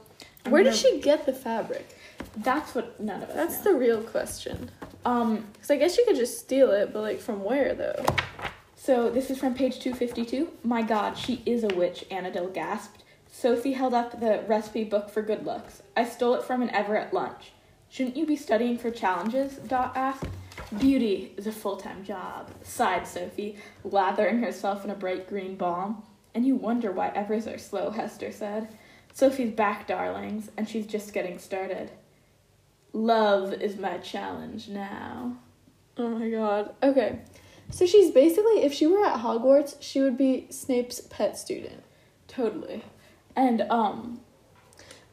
[SPEAKER 1] I'm
[SPEAKER 2] Where
[SPEAKER 1] gonna-
[SPEAKER 2] did she get the fabric?
[SPEAKER 1] That's what none of us
[SPEAKER 2] That's
[SPEAKER 1] know.
[SPEAKER 2] the real question.
[SPEAKER 1] Um,
[SPEAKER 2] Because I guess you could just steal it, but like from where though?
[SPEAKER 1] so this is from page 252. My god, she is a witch, Annadel gasped. Sophie held up the recipe book for good looks. I stole it from an ever at lunch. Shouldn't you be studying for challenges? Dot asked. Beauty is a full time job, sighed Sophie, lathering herself in a bright green balm. And you wonder why Evers are slow, Hester said. Sophie's back, darlings, and she's just getting started. Love is my challenge now.
[SPEAKER 2] Oh my god. Okay. So she's basically, if she were at Hogwarts, she would be Snape's pet student.
[SPEAKER 1] Totally. And um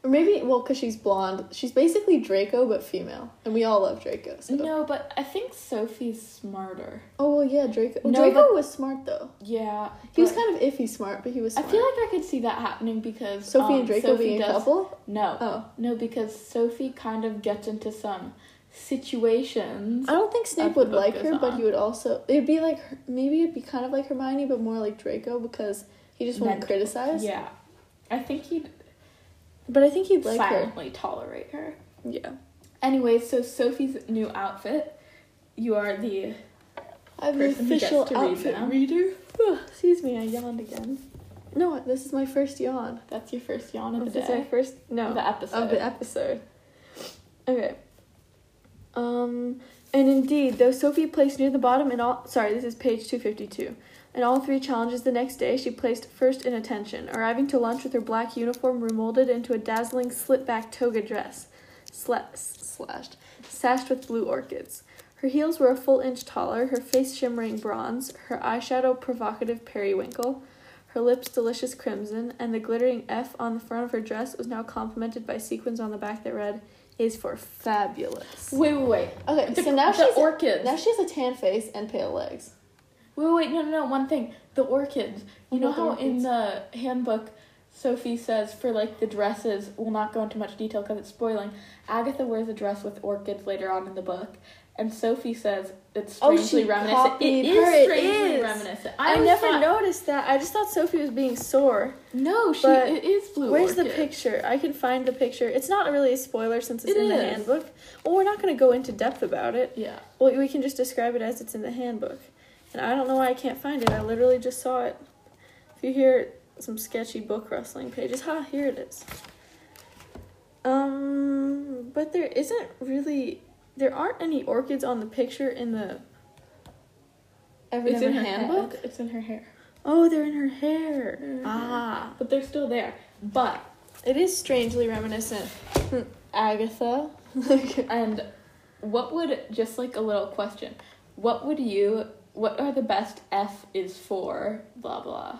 [SPEAKER 2] Or maybe, well, because she's blonde, she's basically Draco, but female. And we all love Draco, so.
[SPEAKER 1] no, but I think Sophie's smarter.
[SPEAKER 2] Oh, well, yeah, Draco.
[SPEAKER 1] No,
[SPEAKER 2] Draco
[SPEAKER 1] but-
[SPEAKER 2] was smart, though.
[SPEAKER 1] Yeah.
[SPEAKER 2] He was
[SPEAKER 1] but
[SPEAKER 2] kind of iffy smart, but he was smart.
[SPEAKER 1] I feel like I could see that happening because
[SPEAKER 2] Sophie
[SPEAKER 1] um,
[SPEAKER 2] and Draco
[SPEAKER 1] Sophie
[SPEAKER 2] being a
[SPEAKER 1] does-
[SPEAKER 2] couple?
[SPEAKER 1] No.
[SPEAKER 2] Oh.
[SPEAKER 1] No, because Sophie kind of gets into some situations.
[SPEAKER 2] I don't think Snape
[SPEAKER 1] That's what
[SPEAKER 2] would
[SPEAKER 1] the
[SPEAKER 2] like
[SPEAKER 1] book
[SPEAKER 2] her,
[SPEAKER 1] is
[SPEAKER 2] but
[SPEAKER 1] on.
[SPEAKER 2] he would also. It'd be like. her- Maybe it'd be kind of like Hermione, but more like Draco because he just wouldn't
[SPEAKER 1] Mental.
[SPEAKER 2] criticize.
[SPEAKER 1] Yeah. I think he'd
[SPEAKER 2] But I think he'd like her.
[SPEAKER 1] silently tolerate her.
[SPEAKER 2] Yeah.
[SPEAKER 1] Anyway, so Sophie's new outfit. You are the
[SPEAKER 2] I'm the
[SPEAKER 1] Person who gets
[SPEAKER 2] official
[SPEAKER 1] to read
[SPEAKER 2] outfit
[SPEAKER 1] them.
[SPEAKER 2] reader. Ugh, excuse me, I yawned again. No, this is my first yawn.
[SPEAKER 1] that's your first yawn of the
[SPEAKER 2] This is my
[SPEAKER 1] day.
[SPEAKER 2] first no
[SPEAKER 1] Of the episode.
[SPEAKER 2] of the episode. Okay. Um, and indeed, though Sophie placed near the bottom in all sorry, this is page two fifty two. In all three challenges the next day, she placed first in attention, arriving to lunch with her black uniform remolded into a dazzling slit-back toga dress, sla- slashed, sashed with blue orchids. Her heels were a full inch taller, her face shimmering bronze, her eyeshadow provocative periwinkle, her lips delicious crimson, and the glittering F on the front of her dress was now complemented by sequins on the back that read, "Is for fabulous."
[SPEAKER 1] Wait, wait, wait.
[SPEAKER 2] Okay,
[SPEAKER 1] The-
[SPEAKER 2] so now
[SPEAKER 1] the
[SPEAKER 2] she's
[SPEAKER 1] orchids.
[SPEAKER 2] now she has a tan face and pale legs.
[SPEAKER 1] Wait, wait, no, no, no. One thing, the orchids. You
[SPEAKER 2] What
[SPEAKER 1] know
[SPEAKER 2] about
[SPEAKER 1] how
[SPEAKER 2] the
[SPEAKER 1] in the handbook, Sophie says for like the dresses, we'll not go into much detail because it's spoiling. Agatha wears a dress with orchids later on in the book, and Sophie says it's
[SPEAKER 2] Oh,
[SPEAKER 1] strangely
[SPEAKER 2] she
[SPEAKER 1] reminiscent.
[SPEAKER 2] copied
[SPEAKER 1] It
[SPEAKER 2] her,
[SPEAKER 1] is
[SPEAKER 2] it
[SPEAKER 1] strangely
[SPEAKER 2] is.
[SPEAKER 1] reminiscent.
[SPEAKER 2] I,
[SPEAKER 1] was
[SPEAKER 2] never
[SPEAKER 1] not-
[SPEAKER 2] noticed that. I just thought Sophie was being sore.
[SPEAKER 1] No, she
[SPEAKER 2] But
[SPEAKER 1] it is blue.
[SPEAKER 2] Where's the
[SPEAKER 1] orchid.
[SPEAKER 2] picture? I can find the picture. It's not really a spoiler since it's
[SPEAKER 1] It
[SPEAKER 2] in the
[SPEAKER 1] is.
[SPEAKER 2] handbook. Well, we're not going to go into depth about it.
[SPEAKER 1] Yeah.
[SPEAKER 2] Well, we can just describe it as it's in the handbook. And I don't know why I can't find it. I literally just saw it. If you hear some sketchy book rustling pages, ha, here it is. Um, but there isn't really, there aren't any orchids on the picture in the.
[SPEAKER 1] It's in her head. It's in her hair,
[SPEAKER 2] Oh, they're in her hair.
[SPEAKER 1] Mhm.
[SPEAKER 2] Ah,
[SPEAKER 1] but they're still there. But
[SPEAKER 2] it is strangely reminiscent. Hmm, Agatha.
[SPEAKER 1] And what would just like a little question? What would you? What are the best F is for? Blah blah.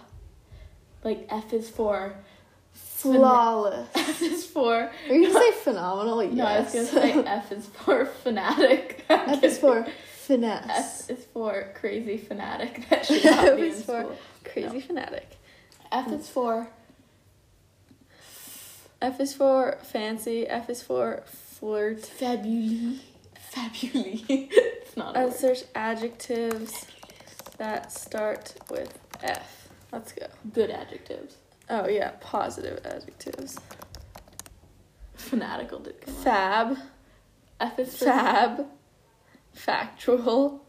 [SPEAKER 1] Like F is for.
[SPEAKER 2] [LAUGHS]
[SPEAKER 1] [LAUGHS]
[SPEAKER 2] Flawless.
[SPEAKER 1] F is for.
[SPEAKER 2] Are you gonna say phenomenal?
[SPEAKER 1] [LAUGHS] No, I was gonna say F is for fanatic. [LAUGHS]
[SPEAKER 2] F is for finesse.
[SPEAKER 1] F is for crazy fanatic [LAUGHS] that
[SPEAKER 2] [LAUGHS]
[SPEAKER 1] should not
[SPEAKER 2] F
[SPEAKER 1] be in
[SPEAKER 2] is for-
[SPEAKER 1] school.
[SPEAKER 2] Crazy fanatic.
[SPEAKER 1] F is for.
[SPEAKER 2] F is for fancy. F is for flirt.
[SPEAKER 1] Fabuli. Fabuli. [LAUGHS] it's not a
[SPEAKER 2] I
[SPEAKER 1] word.
[SPEAKER 2] search adjectives that start with F. Let's go.
[SPEAKER 1] Good adjectives.
[SPEAKER 2] Oh yeah, positive adjectives.
[SPEAKER 1] Fanatical did come up.
[SPEAKER 2] Fab,
[SPEAKER 1] F is for.
[SPEAKER 2] fab, factual,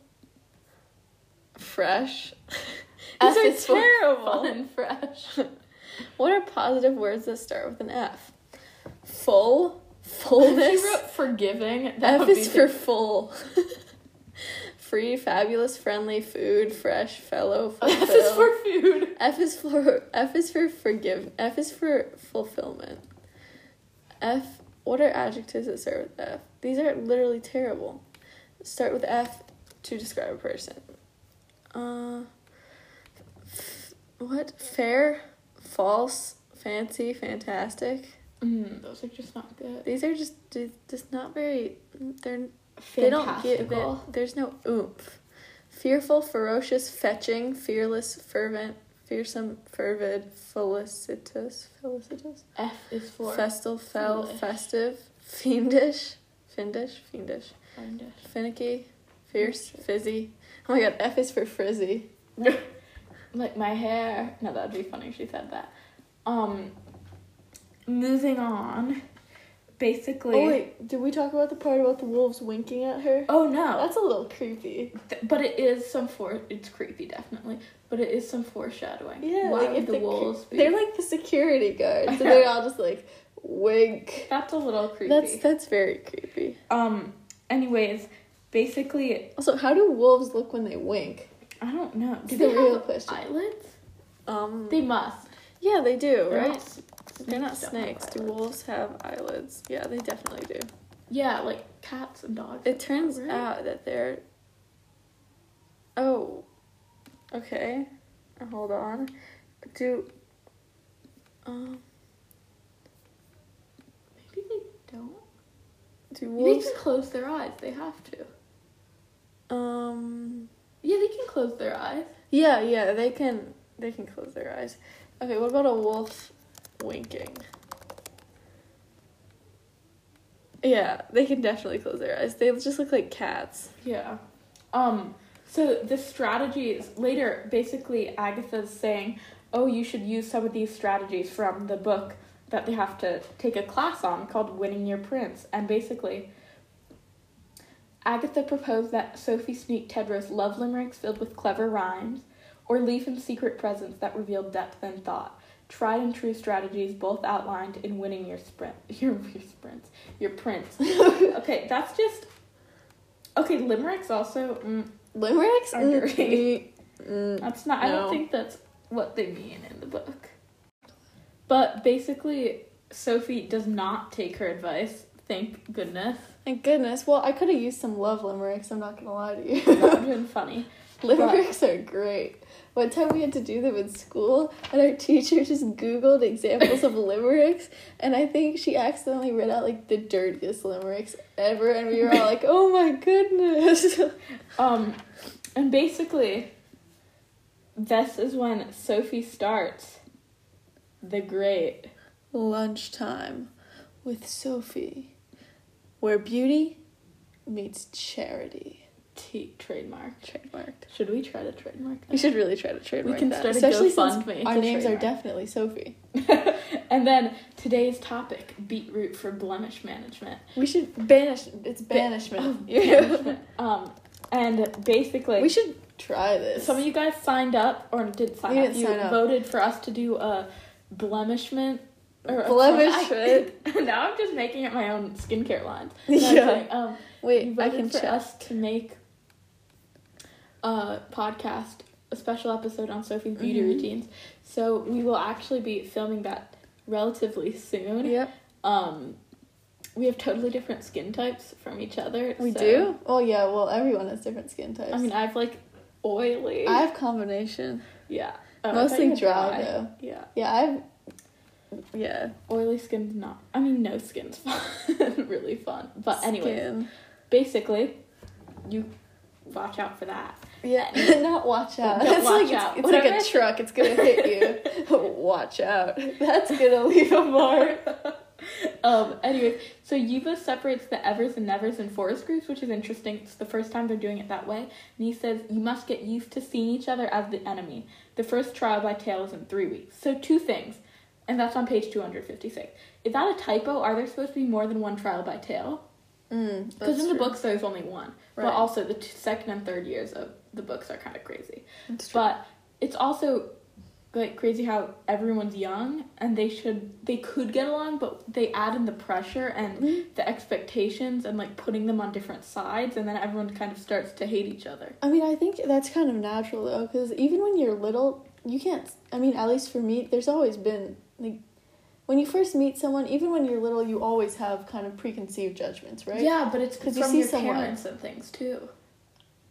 [SPEAKER 2] fresh.
[SPEAKER 1] F
[SPEAKER 2] These
[SPEAKER 1] is
[SPEAKER 2] are
[SPEAKER 1] for
[SPEAKER 2] terrible.
[SPEAKER 1] fun and fresh.
[SPEAKER 2] What are positive words that start with an F?
[SPEAKER 1] [LAUGHS]
[SPEAKER 2] Full,
[SPEAKER 1] She
[SPEAKER 2] fullness.
[SPEAKER 1] wrote forgiving.
[SPEAKER 2] [LAUGHS]
[SPEAKER 1] That
[SPEAKER 2] F
[SPEAKER 1] would be
[SPEAKER 2] is
[SPEAKER 1] the-
[SPEAKER 2] for full. [LAUGHS] Free, fabulous, friendly, food, fresh, fellow, fulfill.
[SPEAKER 1] [LAUGHS] [LAUGHS] F is for food.
[SPEAKER 2] F is for F is for forgive. F is for fulfillment. F. What are adjectives that start with F? These are literally terrible. Start with F to describe a person. Uh. f- What fair, false, fancy, fantastic?
[SPEAKER 1] Mm, those are just not good.
[SPEAKER 2] These are just just not very. They're
[SPEAKER 1] Fantastical.
[SPEAKER 2] they don't give it. There's no oomph. Fearful, ferocious, fetching, fearless, fervent, fearsome, fervid, felicitous, felicitous,
[SPEAKER 1] F is for
[SPEAKER 2] festal, fell,
[SPEAKER 1] Foolish.
[SPEAKER 2] festive, fiendish, fiendish, fiendish, finicky, fierce, fizzy. Oh my god, F is for frizzy.
[SPEAKER 1] like my hair. No, that'd be funny if she said that. Um, moving on. Basically.
[SPEAKER 2] Oh wait, did we talk about the part about the wolves winking at her?
[SPEAKER 1] Oh, no,
[SPEAKER 2] That's a little creepy.
[SPEAKER 1] Th- but it is some for. It's creepy, definitely. But it is some foreshadowing.
[SPEAKER 2] Yeah,
[SPEAKER 1] Why
[SPEAKER 2] like
[SPEAKER 1] would
[SPEAKER 2] if
[SPEAKER 1] the
[SPEAKER 2] the cre-
[SPEAKER 1] wolves be?
[SPEAKER 2] They're like the security guards, and
[SPEAKER 1] Yeah.
[SPEAKER 2] they're all just [LAUGHS] like wink.
[SPEAKER 1] That's a little creepy.
[SPEAKER 2] That's that's very creepy.
[SPEAKER 1] um. Anyways, basically,
[SPEAKER 2] Also, how do wolves look when they wink?
[SPEAKER 1] I don't know.
[SPEAKER 2] It's
[SPEAKER 1] Do
[SPEAKER 2] the
[SPEAKER 1] they
[SPEAKER 2] real
[SPEAKER 1] have
[SPEAKER 2] question.
[SPEAKER 1] eyelids?
[SPEAKER 2] Um,
[SPEAKER 1] They must.
[SPEAKER 2] yeah, they do,
[SPEAKER 1] They're
[SPEAKER 2] right?
[SPEAKER 1] not s-
[SPEAKER 2] They're not
[SPEAKER 1] don't have
[SPEAKER 2] snakes. Do
[SPEAKER 1] eyelids.
[SPEAKER 2] wolves have eyelids? Yeah, they definitely do.
[SPEAKER 1] Yeah, like cats and dogs.
[SPEAKER 2] It turns
[SPEAKER 1] Right.
[SPEAKER 2] out that they're. Oh, okay. Hold on. Do. Um,
[SPEAKER 1] Maybe they don't.
[SPEAKER 2] do
[SPEAKER 1] They
[SPEAKER 2] wolves?
[SPEAKER 1] can close their eyes. They have to.
[SPEAKER 2] Um.
[SPEAKER 1] Yeah, they can close their eyes.
[SPEAKER 2] Yeah, yeah, they can they can close their eyes. Okay, what about a wolf winking? Yeah, they can definitely close their eyes. They just look like cats.
[SPEAKER 1] Yeah. Um. So the strategies later, basically, Agatha's saying, "Oh, you should use some of these strategies from the book that they have to take a class on called Winning Your Prince." And basically, Agatha proposed that Sophie sneak Tedros love limericks filled with clever rhymes, or leave him secret presents that reveal depth and thought. Tried and true strategies, both outlined in winning your sprint, [LAUGHS] your, your sprints, your prince. [LAUGHS] okay, that's just Okay, limericks also. Mm,
[SPEAKER 2] Limericks
[SPEAKER 1] Are
[SPEAKER 2] Mm,
[SPEAKER 1] dirty.
[SPEAKER 2] mm,
[SPEAKER 1] [LAUGHS]
[SPEAKER 2] mm.
[SPEAKER 1] that's not. I
[SPEAKER 2] No.
[SPEAKER 1] don't think that's what they mean in the book. But basically, Sophie does not take her advice. Thank goodness. [LAUGHS]
[SPEAKER 2] Thank goodness. Well, I could have used some love limericks, I'm not gonna lie to
[SPEAKER 1] That would [LAUGHS]
[SPEAKER 2] you.
[SPEAKER 1] have been funny.
[SPEAKER 2] [LAUGHS] limericks are great. One time we had to do them in school, and our teacher just Googled examples of limericks, and I think she accidentally read out like the dirtiest limericks ever, and we were all like, oh my goodness. [LAUGHS]
[SPEAKER 1] Um, and basically, this is when Sophie starts the great.
[SPEAKER 2] Lunchtime with Sophie, where beauty meets charity.
[SPEAKER 1] T trademark.
[SPEAKER 2] Trademarked.
[SPEAKER 1] Should we try to trademark?
[SPEAKER 2] We
[SPEAKER 1] that?
[SPEAKER 2] should really try to trademark
[SPEAKER 1] can
[SPEAKER 2] that,
[SPEAKER 1] start a
[SPEAKER 2] especially since
[SPEAKER 1] GoFundMe
[SPEAKER 2] our
[SPEAKER 1] to trademark.
[SPEAKER 2] names are definitely Sophie.
[SPEAKER 1] and then today's topic: beetroot for blemish
[SPEAKER 2] [LAUGHS]
[SPEAKER 1] management.
[SPEAKER 2] We should banish. It's banishment. [LAUGHS] Yeah.
[SPEAKER 1] um, and basically,
[SPEAKER 2] we should try this.
[SPEAKER 1] some of you guys signed up or did sign
[SPEAKER 2] We
[SPEAKER 1] up.
[SPEAKER 2] didn't
[SPEAKER 1] you
[SPEAKER 2] sign up.
[SPEAKER 1] voted for us to do a blemishment. Or a-
[SPEAKER 2] Blemishment.
[SPEAKER 1] I- [LAUGHS] now I'm just making it my own skincare
[SPEAKER 2] [LAUGHS]
[SPEAKER 1] lines. No, I'm
[SPEAKER 2] yeah.
[SPEAKER 1] kidding. Um, you
[SPEAKER 2] Wait, I
[SPEAKER 1] voted
[SPEAKER 2] can
[SPEAKER 1] for
[SPEAKER 2] check.
[SPEAKER 1] us to make a podcast, a special episode on Sophie's beauty
[SPEAKER 2] Mhm.
[SPEAKER 1] routines. So we will actually be filming that relatively soon.
[SPEAKER 2] Yep,
[SPEAKER 1] Um, we have totally different skin types from each other.
[SPEAKER 2] we
[SPEAKER 1] so-
[SPEAKER 2] do. Oh yeah, well everyone has different skin types.
[SPEAKER 1] I mean, I have like oily.
[SPEAKER 2] I have combination.
[SPEAKER 1] yeah. Oh, I thought
[SPEAKER 2] Mostly
[SPEAKER 1] you had
[SPEAKER 2] dry, though.
[SPEAKER 1] Yeah.
[SPEAKER 2] Yeah, I've. Yeah,
[SPEAKER 1] Oily skin's not. I mean, no skin's [LAUGHS] fun. really fun. But anyway,
[SPEAKER 2] skin.
[SPEAKER 1] basically, you watch out for that. [LAUGHS]
[SPEAKER 2] Yeah, [LAUGHS] not watch out. [LAUGHS]
[SPEAKER 1] Don't
[SPEAKER 2] it's
[SPEAKER 1] watch
[SPEAKER 2] like
[SPEAKER 1] out.
[SPEAKER 2] it's, it's like
[SPEAKER 1] Whatever I
[SPEAKER 2] a
[SPEAKER 1] said.
[SPEAKER 2] truck. It's gonna hit
[SPEAKER 1] [LAUGHS]
[SPEAKER 2] you. [LAUGHS] watch out. That's gonna leave a mark.
[SPEAKER 1] Um. Anyways, so Yuba separates the evers and nevers in forest groups, which is interesting. It's the first time they're doing it that way. And he says you must get used to seeing each other as the enemy. The first trial by tail is in three weeks. So two things, and that's on page two hundred fifty-six. Is that a typo? Are there supposed to be more than one trial by tail?
[SPEAKER 2] Mm,
[SPEAKER 1] Because
[SPEAKER 2] that's
[SPEAKER 1] in the
[SPEAKER 2] true.
[SPEAKER 1] books there's only one,
[SPEAKER 2] Right.
[SPEAKER 1] but also the t- second and third years of the books are kind of crazy.
[SPEAKER 2] That's true.
[SPEAKER 1] But it's also like crazy how everyone's young and they should they could get along, but they add in the pressure and
[SPEAKER 2] Mhm.
[SPEAKER 1] the expectations and like putting them on different sides, and then everyone kind of starts to hate each other.
[SPEAKER 2] I mean, I think that's kind of natural though, because even when you're little, you can't. I mean, at least for me, there's always been like, when you first meet someone, even when you're little, you always have kind of preconceived judgments, right?
[SPEAKER 1] Yeah, but it's
[SPEAKER 2] 'Cause
[SPEAKER 1] because
[SPEAKER 2] you
[SPEAKER 1] from
[SPEAKER 2] see
[SPEAKER 1] your
[SPEAKER 2] someone.
[SPEAKER 1] parents and things too.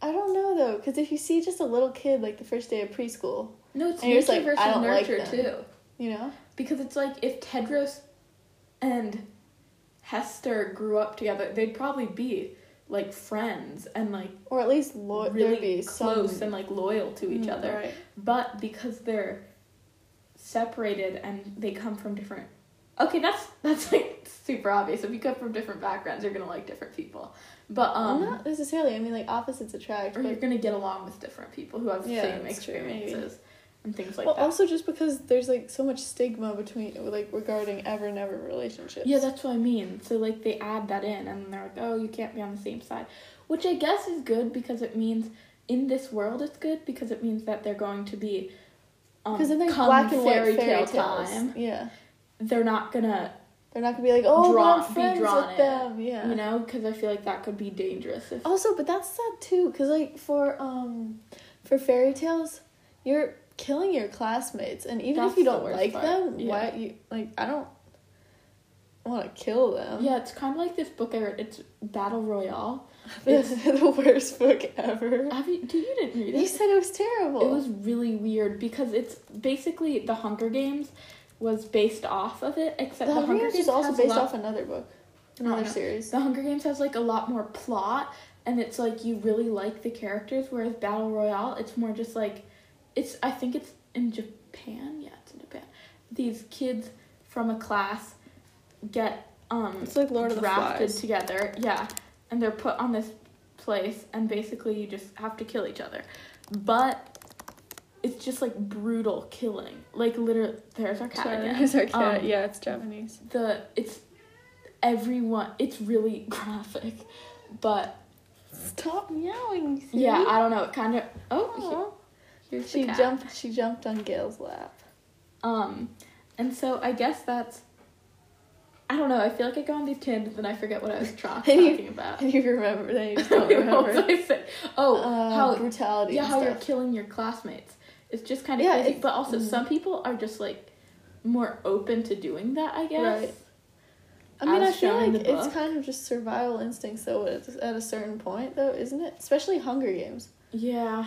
[SPEAKER 2] I don't know though, because if you see just a little kid like the first day of preschool,
[SPEAKER 1] No, it's
[SPEAKER 2] And you're just
[SPEAKER 1] nature
[SPEAKER 2] like,
[SPEAKER 1] versus
[SPEAKER 2] I don't like
[SPEAKER 1] nurture
[SPEAKER 2] them.
[SPEAKER 1] too.
[SPEAKER 2] you know,
[SPEAKER 1] Because it's like if Tedros and Hester grew up together, they'd probably be like friends and like
[SPEAKER 2] Or at least lo- there'd
[SPEAKER 1] really
[SPEAKER 2] be
[SPEAKER 1] close
[SPEAKER 2] some Mm, Mm-hmm.
[SPEAKER 1] and like loyal to each other.
[SPEAKER 3] Right.
[SPEAKER 1] But because they're separated and they come from different Okay, that's that's like super obvious. If you come from different backgrounds, you're gonna like different people. But um
[SPEAKER 2] well, not necessarily. I mean, like opposites attract.
[SPEAKER 1] or
[SPEAKER 2] but-
[SPEAKER 1] you're gonna get along with different people who have the
[SPEAKER 2] Yeah,
[SPEAKER 1] same
[SPEAKER 2] that's true, maybe.
[SPEAKER 1] experiences and things like
[SPEAKER 2] well,
[SPEAKER 1] that.
[SPEAKER 2] also just because there's like so much stigma between like regarding ever and ever relationships.
[SPEAKER 1] yeah, that's what I mean. So like they add that in and they're like, "Oh, you can't be on the same side." Which I guess is good because it means in this world it's good because it means that they're going to be um,
[SPEAKER 2] because then there's
[SPEAKER 1] come
[SPEAKER 2] black and white fairy,
[SPEAKER 1] tale
[SPEAKER 2] tales.
[SPEAKER 1] time.
[SPEAKER 2] Yeah,
[SPEAKER 1] They're not gonna,
[SPEAKER 2] they're not gonna be like, oh,
[SPEAKER 1] Draw-
[SPEAKER 2] we're
[SPEAKER 1] be
[SPEAKER 2] not friends
[SPEAKER 1] drawn
[SPEAKER 2] with
[SPEAKER 1] in,
[SPEAKER 2] them. Yeah,
[SPEAKER 1] you know, because I feel like that could be dangerous. If,
[SPEAKER 2] Also, but that's sad too, cause like for um, for fairy tales, you're killing your classmates, and even
[SPEAKER 1] That's
[SPEAKER 2] if you
[SPEAKER 1] the
[SPEAKER 2] don't
[SPEAKER 1] worst
[SPEAKER 2] like
[SPEAKER 1] part,
[SPEAKER 2] them,
[SPEAKER 1] yeah.
[SPEAKER 2] why you like I don't want to kill them. [LAUGHS]
[SPEAKER 1] yeah, it's kind of like this book I read. It's Battle Royale.
[SPEAKER 2] this is the worst book ever.
[SPEAKER 1] Have you? Do you didn't read it?
[SPEAKER 2] You said it was terrible.
[SPEAKER 1] It was really weird because it's basically the Hunger Games was based off of it, except
[SPEAKER 2] the
[SPEAKER 1] the,
[SPEAKER 2] Hunger Games is also
[SPEAKER 1] has
[SPEAKER 2] based
[SPEAKER 1] a lot,
[SPEAKER 2] off another book,
[SPEAKER 1] No,
[SPEAKER 2] another
[SPEAKER 1] no.
[SPEAKER 2] series.
[SPEAKER 1] The Hunger Games has like a lot more plot, and it's like you really like the characters. Whereas Battle Royale, it's more just like, it's I think it's in Japan. Yeah, it's in Japan. These kids from a class get um
[SPEAKER 3] It's like Lord of the
[SPEAKER 1] drafted
[SPEAKER 2] [LAUGHS]
[SPEAKER 3] Flies.
[SPEAKER 1] together. Yeah, and they're put on this place, and basically you just have to kill each other. But it's just like brutal killing. Like literally, there's our cat
[SPEAKER 3] Sorry,
[SPEAKER 1] again.
[SPEAKER 3] there's our cat.
[SPEAKER 1] Um,
[SPEAKER 3] yeah, it's Japanese.
[SPEAKER 1] The it's everyone. It's really [LAUGHS] graphic, but
[SPEAKER 2] Stop meowing. Sadie.
[SPEAKER 1] yeah, I don't know. It kind of oh.
[SPEAKER 2] Aw.
[SPEAKER 1] Here, here's the
[SPEAKER 2] She
[SPEAKER 1] cat.
[SPEAKER 2] jumped. She jumped on Gail's lap. [LAUGHS]
[SPEAKER 1] Um, and so I guess that's. I don't know. I feel like I go on these tangents and I forget what I was
[SPEAKER 2] [LAUGHS]
[SPEAKER 1] tra- talking about. [LAUGHS]
[SPEAKER 2] And you remember? Then you [LAUGHS] just don't
[SPEAKER 1] what was
[SPEAKER 2] remember.
[SPEAKER 1] I saying? Oh,
[SPEAKER 2] Uh,
[SPEAKER 1] how
[SPEAKER 2] brutality.
[SPEAKER 1] yeah,
[SPEAKER 2] and
[SPEAKER 1] how
[SPEAKER 2] stuff.
[SPEAKER 1] you're killing your classmates. It's just kind of
[SPEAKER 2] Yeah,
[SPEAKER 1] crazy.
[SPEAKER 2] it-
[SPEAKER 1] But also,
[SPEAKER 2] mhm.
[SPEAKER 1] some people are just like more open to doing that. I guess.
[SPEAKER 2] Right. I mean,
[SPEAKER 1] as
[SPEAKER 2] I feel
[SPEAKER 1] shown in
[SPEAKER 2] like
[SPEAKER 1] the
[SPEAKER 2] it's
[SPEAKER 1] book.
[SPEAKER 2] kind of just survival instincts, though, at at a certain point, though, isn't it? Especially Hunger Games.
[SPEAKER 1] Yeah.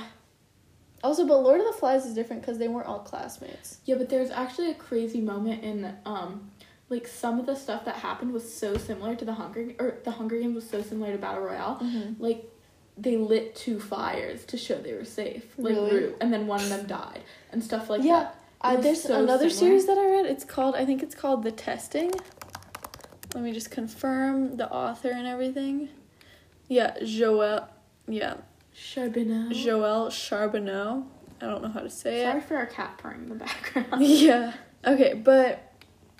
[SPEAKER 2] Also, but Lord of the Flies is different because they weren't all classmates.
[SPEAKER 1] Yeah, but there's actually a crazy moment in um like some of the stuff that happened was so similar to the Hunger or the Hunger Games was so similar to Battle Royale.
[SPEAKER 2] Mm-hmm.
[SPEAKER 1] like they lit two fires to show they were safe like
[SPEAKER 2] Really?
[SPEAKER 1] Rue, and then one of them died and stuff like
[SPEAKER 2] Yeah,
[SPEAKER 1] that
[SPEAKER 2] Uh,
[SPEAKER 1] was
[SPEAKER 2] there's
[SPEAKER 1] so
[SPEAKER 2] another
[SPEAKER 1] similar.
[SPEAKER 2] series that I read. It's
[SPEAKER 3] It's called. I think it's called the testing. Let me just confirm the author and everything. Yeah, Joel. Yeah,
[SPEAKER 1] Charbonneau.
[SPEAKER 3] Joel Charbonneau. I don't know how to say it.
[SPEAKER 1] sorry for our cat purring in the
[SPEAKER 2] [LAUGHS]
[SPEAKER 1] background
[SPEAKER 3] [LAUGHS] yeah.
[SPEAKER 2] okay, but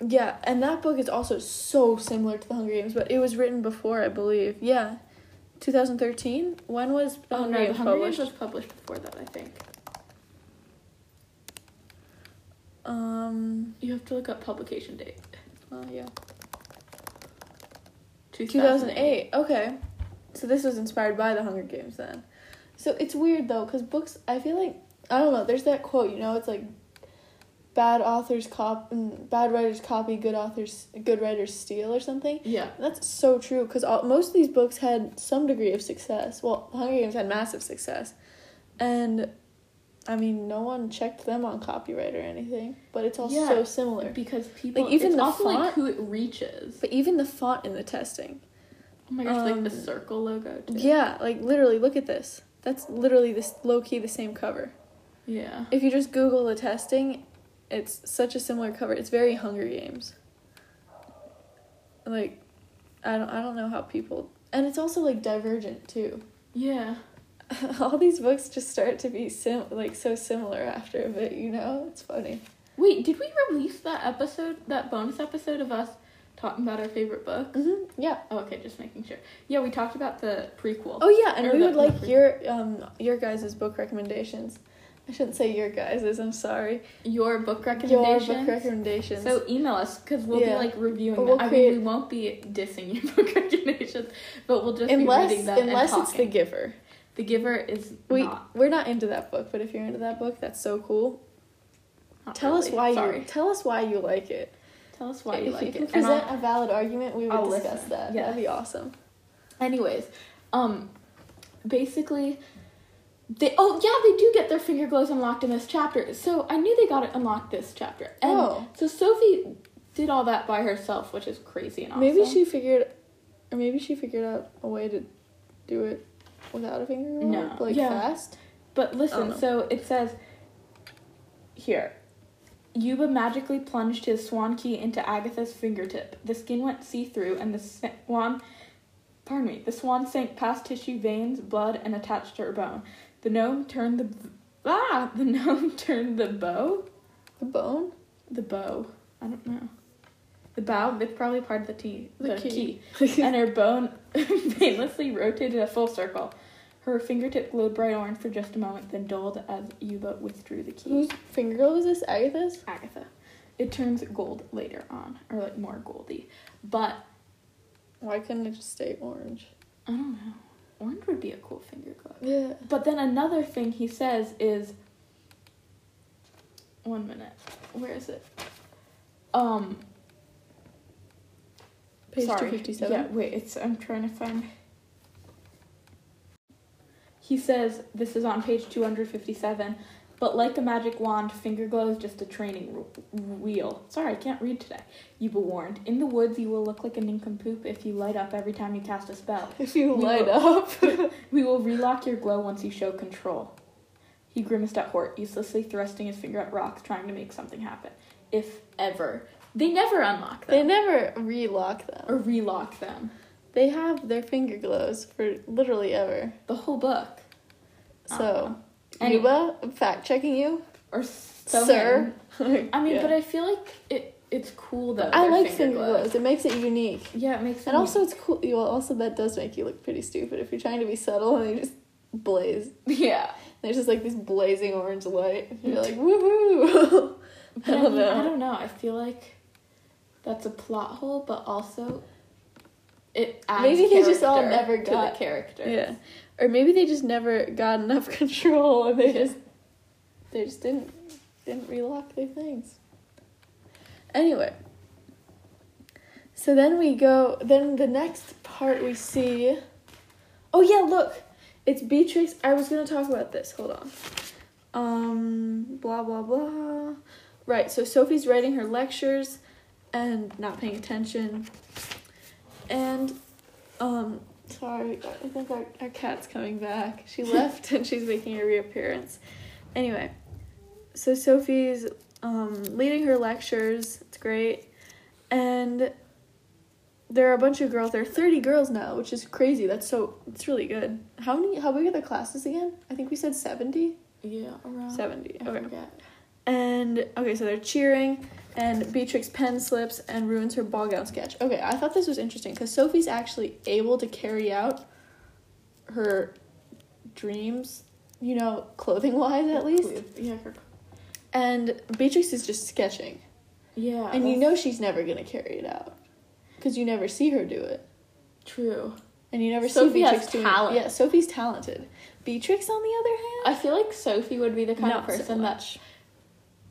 [SPEAKER 2] yeah, and that book is also so similar to the Hunger Games. But
[SPEAKER 3] But it was written before, I believe. Yeah. 2013? When was The
[SPEAKER 1] oh
[SPEAKER 3] Hunger
[SPEAKER 1] no the
[SPEAKER 3] Games
[SPEAKER 1] Hunger Games
[SPEAKER 3] published?
[SPEAKER 1] was published before that I think
[SPEAKER 3] Um,
[SPEAKER 1] you have to look up publication date
[SPEAKER 3] well, yeah. 2008.
[SPEAKER 1] 2008
[SPEAKER 3] Okay. So this was inspired by The Hunger Games then.
[SPEAKER 2] so it's weird though, because books. I feel like I don't know. There's that quote, you know. It's like bad authors cop, mm, bad writers copy, good authors, good writers steal, or something.
[SPEAKER 1] yeah
[SPEAKER 2] That's so true because most of these books had some degree of success. Well, The Hunger Games had massive success, and I mean, no one checked them on copyright or anything. But it's all
[SPEAKER 1] Yeah.
[SPEAKER 2] so similar.
[SPEAKER 1] because people
[SPEAKER 3] Like, even
[SPEAKER 1] it's
[SPEAKER 3] the
[SPEAKER 1] also like
[SPEAKER 3] font-
[SPEAKER 1] who it reaches oh
[SPEAKER 3] But even the font in the testing.
[SPEAKER 1] my gosh like the
[SPEAKER 3] um,
[SPEAKER 1] circle logo too.
[SPEAKER 3] Yeah, like literally, look at this. That's literally this low key the same cover.
[SPEAKER 1] yeah
[SPEAKER 3] If you just Google the testing, it's such a similar cover. It's very Hunger Games. Like, I don't I don't know how people
[SPEAKER 2] And it's also like divergent too.
[SPEAKER 1] yeah
[SPEAKER 2] [LAUGHS] all these books just start to be sim like so similar after a bit. You know, it's funny.
[SPEAKER 1] wait did we release that episode that bonus episode of us talking about our favorite book
[SPEAKER 2] Mm-hmm. Yeah.
[SPEAKER 1] Oh, okay, just making sure. Yeah, we talked about the prequel.
[SPEAKER 2] Oh yeah, and
[SPEAKER 1] Or
[SPEAKER 2] we
[SPEAKER 1] the-
[SPEAKER 2] would like
[SPEAKER 1] the-
[SPEAKER 2] your um your guys' book recommendations. I shouldn't say your guys'. I'm sorry.
[SPEAKER 1] Your book
[SPEAKER 2] Your
[SPEAKER 1] recommendation.
[SPEAKER 2] book recommendations.
[SPEAKER 1] so email us because we'll
[SPEAKER 2] Yeah.
[SPEAKER 1] be like reviewing.
[SPEAKER 2] But
[SPEAKER 1] them.
[SPEAKER 2] we'll
[SPEAKER 1] I mean,
[SPEAKER 2] create-
[SPEAKER 1] we won't be dissing your [LAUGHS] book recommendations, but we'll just
[SPEAKER 2] unless
[SPEAKER 1] be reading them
[SPEAKER 2] unless
[SPEAKER 1] and
[SPEAKER 2] it's the
[SPEAKER 1] talking.
[SPEAKER 2] giver
[SPEAKER 1] The Giver is
[SPEAKER 2] we
[SPEAKER 1] not.
[SPEAKER 2] we're not into that book but if you're into that book that's so cool
[SPEAKER 1] not
[SPEAKER 2] tell us
[SPEAKER 1] really.
[SPEAKER 2] why
[SPEAKER 1] Sorry.
[SPEAKER 2] you tell us why you like it
[SPEAKER 1] Tell us why
[SPEAKER 2] if
[SPEAKER 1] you like
[SPEAKER 2] can
[SPEAKER 1] it. And
[SPEAKER 2] present
[SPEAKER 1] I'll-
[SPEAKER 2] a valid argument we would
[SPEAKER 1] I'll
[SPEAKER 2] discuss
[SPEAKER 1] listen.
[SPEAKER 2] that
[SPEAKER 1] Yes.
[SPEAKER 2] that'd be awesome
[SPEAKER 1] anyways, um, basically, they oh yeah they do get their finger glows unlocked in this chapter. So I knew they got it unlocked this chapter. And
[SPEAKER 2] Oh.
[SPEAKER 1] so Sophie did all that by herself, which is crazy and awesome.
[SPEAKER 2] maybe she figured or maybe she figured out a way to do it without a finger roll?
[SPEAKER 1] No.
[SPEAKER 2] Like
[SPEAKER 1] Yeah.
[SPEAKER 2] fast?
[SPEAKER 1] But listen,
[SPEAKER 2] Oh.
[SPEAKER 1] so it says here. Yuba magically plunged his swan key into Agatha's fingertip. The skin went see through, and the swan, pardon me, the swan sank past tissue, veins, blood, and attached to her bone. The gnome turned the ah, the [LAUGHS] gnome turned the bow, [LAUGHS]
[SPEAKER 2] The bone?
[SPEAKER 1] the bow. I don't know, the bow. It's probably part of the T,
[SPEAKER 2] The
[SPEAKER 1] the
[SPEAKER 2] key.
[SPEAKER 1] key and her bone [LAUGHS] painlessly rotated a full circle. Her fingertip glowed bright orange for just a moment, then dulled as Yuba withdrew the key.
[SPEAKER 2] Whose finger roll is this? Agatha's?
[SPEAKER 1] Agatha. It turns gold later on, or like more goldy. But
[SPEAKER 2] Why couldn't it just stay orange?
[SPEAKER 1] I don't know. Orange would be a cool finger glow.
[SPEAKER 2] Yeah.
[SPEAKER 1] But then another thing he says is one minute. Where is it? Um
[SPEAKER 2] Page
[SPEAKER 1] Sorry.
[SPEAKER 2] 257.
[SPEAKER 1] Yeah, wait, it's I'm trying to find. He says this is on page 257, but like a magic wand, finger glow is just a training wh- wheel. Sorry, I can't read today. You were warned. In the woods, you will look like a nincompoop if you light up every time you cast a spell.
[SPEAKER 2] [LAUGHS] If you
[SPEAKER 1] We
[SPEAKER 2] light
[SPEAKER 1] will- [LAUGHS]
[SPEAKER 2] up.
[SPEAKER 1] We will relock your glow once you show control. He grimaced at Hort, uselessly thrusting his finger at rocks, trying to make something happen. If ever. They never unlock
[SPEAKER 2] they
[SPEAKER 1] them
[SPEAKER 2] never relock them.
[SPEAKER 1] or relock them.
[SPEAKER 2] They have their finger glows for literally ever.
[SPEAKER 1] The whole book. Uh-huh.
[SPEAKER 2] So,
[SPEAKER 1] Any-
[SPEAKER 2] Yuba, fact checking you.
[SPEAKER 1] or so
[SPEAKER 2] Sir.
[SPEAKER 1] [LAUGHS]
[SPEAKER 2] [LAUGHS]
[SPEAKER 1] I mean,
[SPEAKER 2] Yeah.
[SPEAKER 1] but I feel like it. It's cool though.
[SPEAKER 2] I
[SPEAKER 1] they're
[SPEAKER 2] like finger glows. It makes it unique.
[SPEAKER 1] Yeah, it makes
[SPEAKER 2] And also, it's cool. Well, also that does make you look pretty stupid if you're trying to be subtle and you just blaze.
[SPEAKER 1] [LAUGHS] yeah.
[SPEAKER 2] There's just like this blazing orange light. You're like woohoo. [LAUGHS]
[SPEAKER 1] But
[SPEAKER 2] [LAUGHS] I
[SPEAKER 1] I,
[SPEAKER 2] don't
[SPEAKER 1] mean,
[SPEAKER 2] know.
[SPEAKER 1] I don't know. I feel like that's a plot hole, but also it adds
[SPEAKER 2] Maybe they just all
[SPEAKER 1] character
[SPEAKER 2] never
[SPEAKER 1] to
[SPEAKER 2] got-
[SPEAKER 1] the character.
[SPEAKER 2] yeah, or maybe they just never got enough [LAUGHS] control and they just they just didn't didn't relock their things. Anyway, so then we go. Then the next part we see. Oh yeah, look, it's Beatrix. I was gonna talk about this. Hold on. Um, blah blah blah. Right. So Sophie's writing her lectures, and not paying attention. And, um, sorry, I think our, our cat's coming back. She left and she's making a reappearance. Anyway, so Sophie's um, leading her lectures. It's great. And there are a bunch of girls. There are 30 girls now, which is crazy. That's so, it's really good. How many, how big are the classes again? I think we said 70?
[SPEAKER 1] Yeah. Around.
[SPEAKER 2] 70.
[SPEAKER 1] Uh, I
[SPEAKER 2] Okay.
[SPEAKER 1] forget.
[SPEAKER 2] And okay, so they're cheering, and Beatrix pen slips and ruins her ball gown sketch. Okay, I thought this was interesting because Sophie's actually able to carry out her dreams, you know, clothing wise at least.
[SPEAKER 1] Yeah. for-
[SPEAKER 2] And Beatrix is just sketching,
[SPEAKER 1] Yeah.
[SPEAKER 2] and you
[SPEAKER 1] that's
[SPEAKER 2] know she's never gonna carry it out because you never see her do it,
[SPEAKER 1] True.
[SPEAKER 2] and you never see
[SPEAKER 1] Sophie has
[SPEAKER 2] Beatrix doing.
[SPEAKER 1] talent.
[SPEAKER 2] Yeah, Sophie's talented. Beatrix, on the
[SPEAKER 1] I
[SPEAKER 2] other hand,
[SPEAKER 1] feel like Sophie would be the kind
[SPEAKER 2] Not
[SPEAKER 1] of
[SPEAKER 2] so
[SPEAKER 1] person that,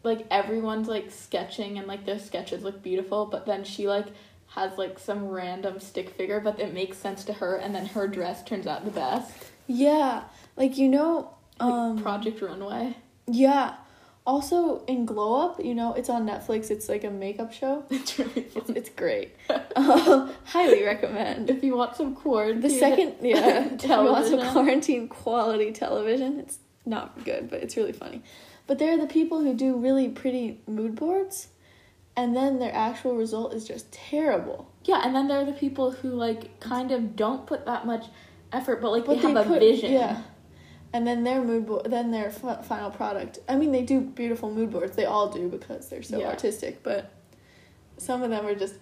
[SPEAKER 1] like, everyone's like sketching and like their sketches look beautiful, but then she like has like some random stick figure, but it makes sense to her, and then her dress turns out the best.
[SPEAKER 2] yeah, like you know,
[SPEAKER 1] Like,
[SPEAKER 2] um,
[SPEAKER 1] Project Runway.
[SPEAKER 2] Yeah. Also in Glow Up, you know, it's on Netflix. It's like a makeup show.
[SPEAKER 1] [LAUGHS] It's really
[SPEAKER 2] [LAUGHS] It's,
[SPEAKER 1] fun. [LAUGHS]
[SPEAKER 2] it's great. um, highly recommend.
[SPEAKER 1] If you want some quarantine, [LAUGHS]
[SPEAKER 2] The second, yeah, television.
[SPEAKER 1] television.
[SPEAKER 2] Lots of quarantine quality television. It's not good, but it's really funny. But they're the people who do really pretty mood boards, and then their actual result is just terrible.
[SPEAKER 1] yeah, and then there are the people who like kind of don't put that much effort, but like
[SPEAKER 2] But
[SPEAKER 1] they, have a vision.
[SPEAKER 2] Yeah. And then their mood board, then their f- final product. I mean, they do beautiful mood boards. They all do because they're so
[SPEAKER 1] Yeah.
[SPEAKER 2] artistic. But some of them are just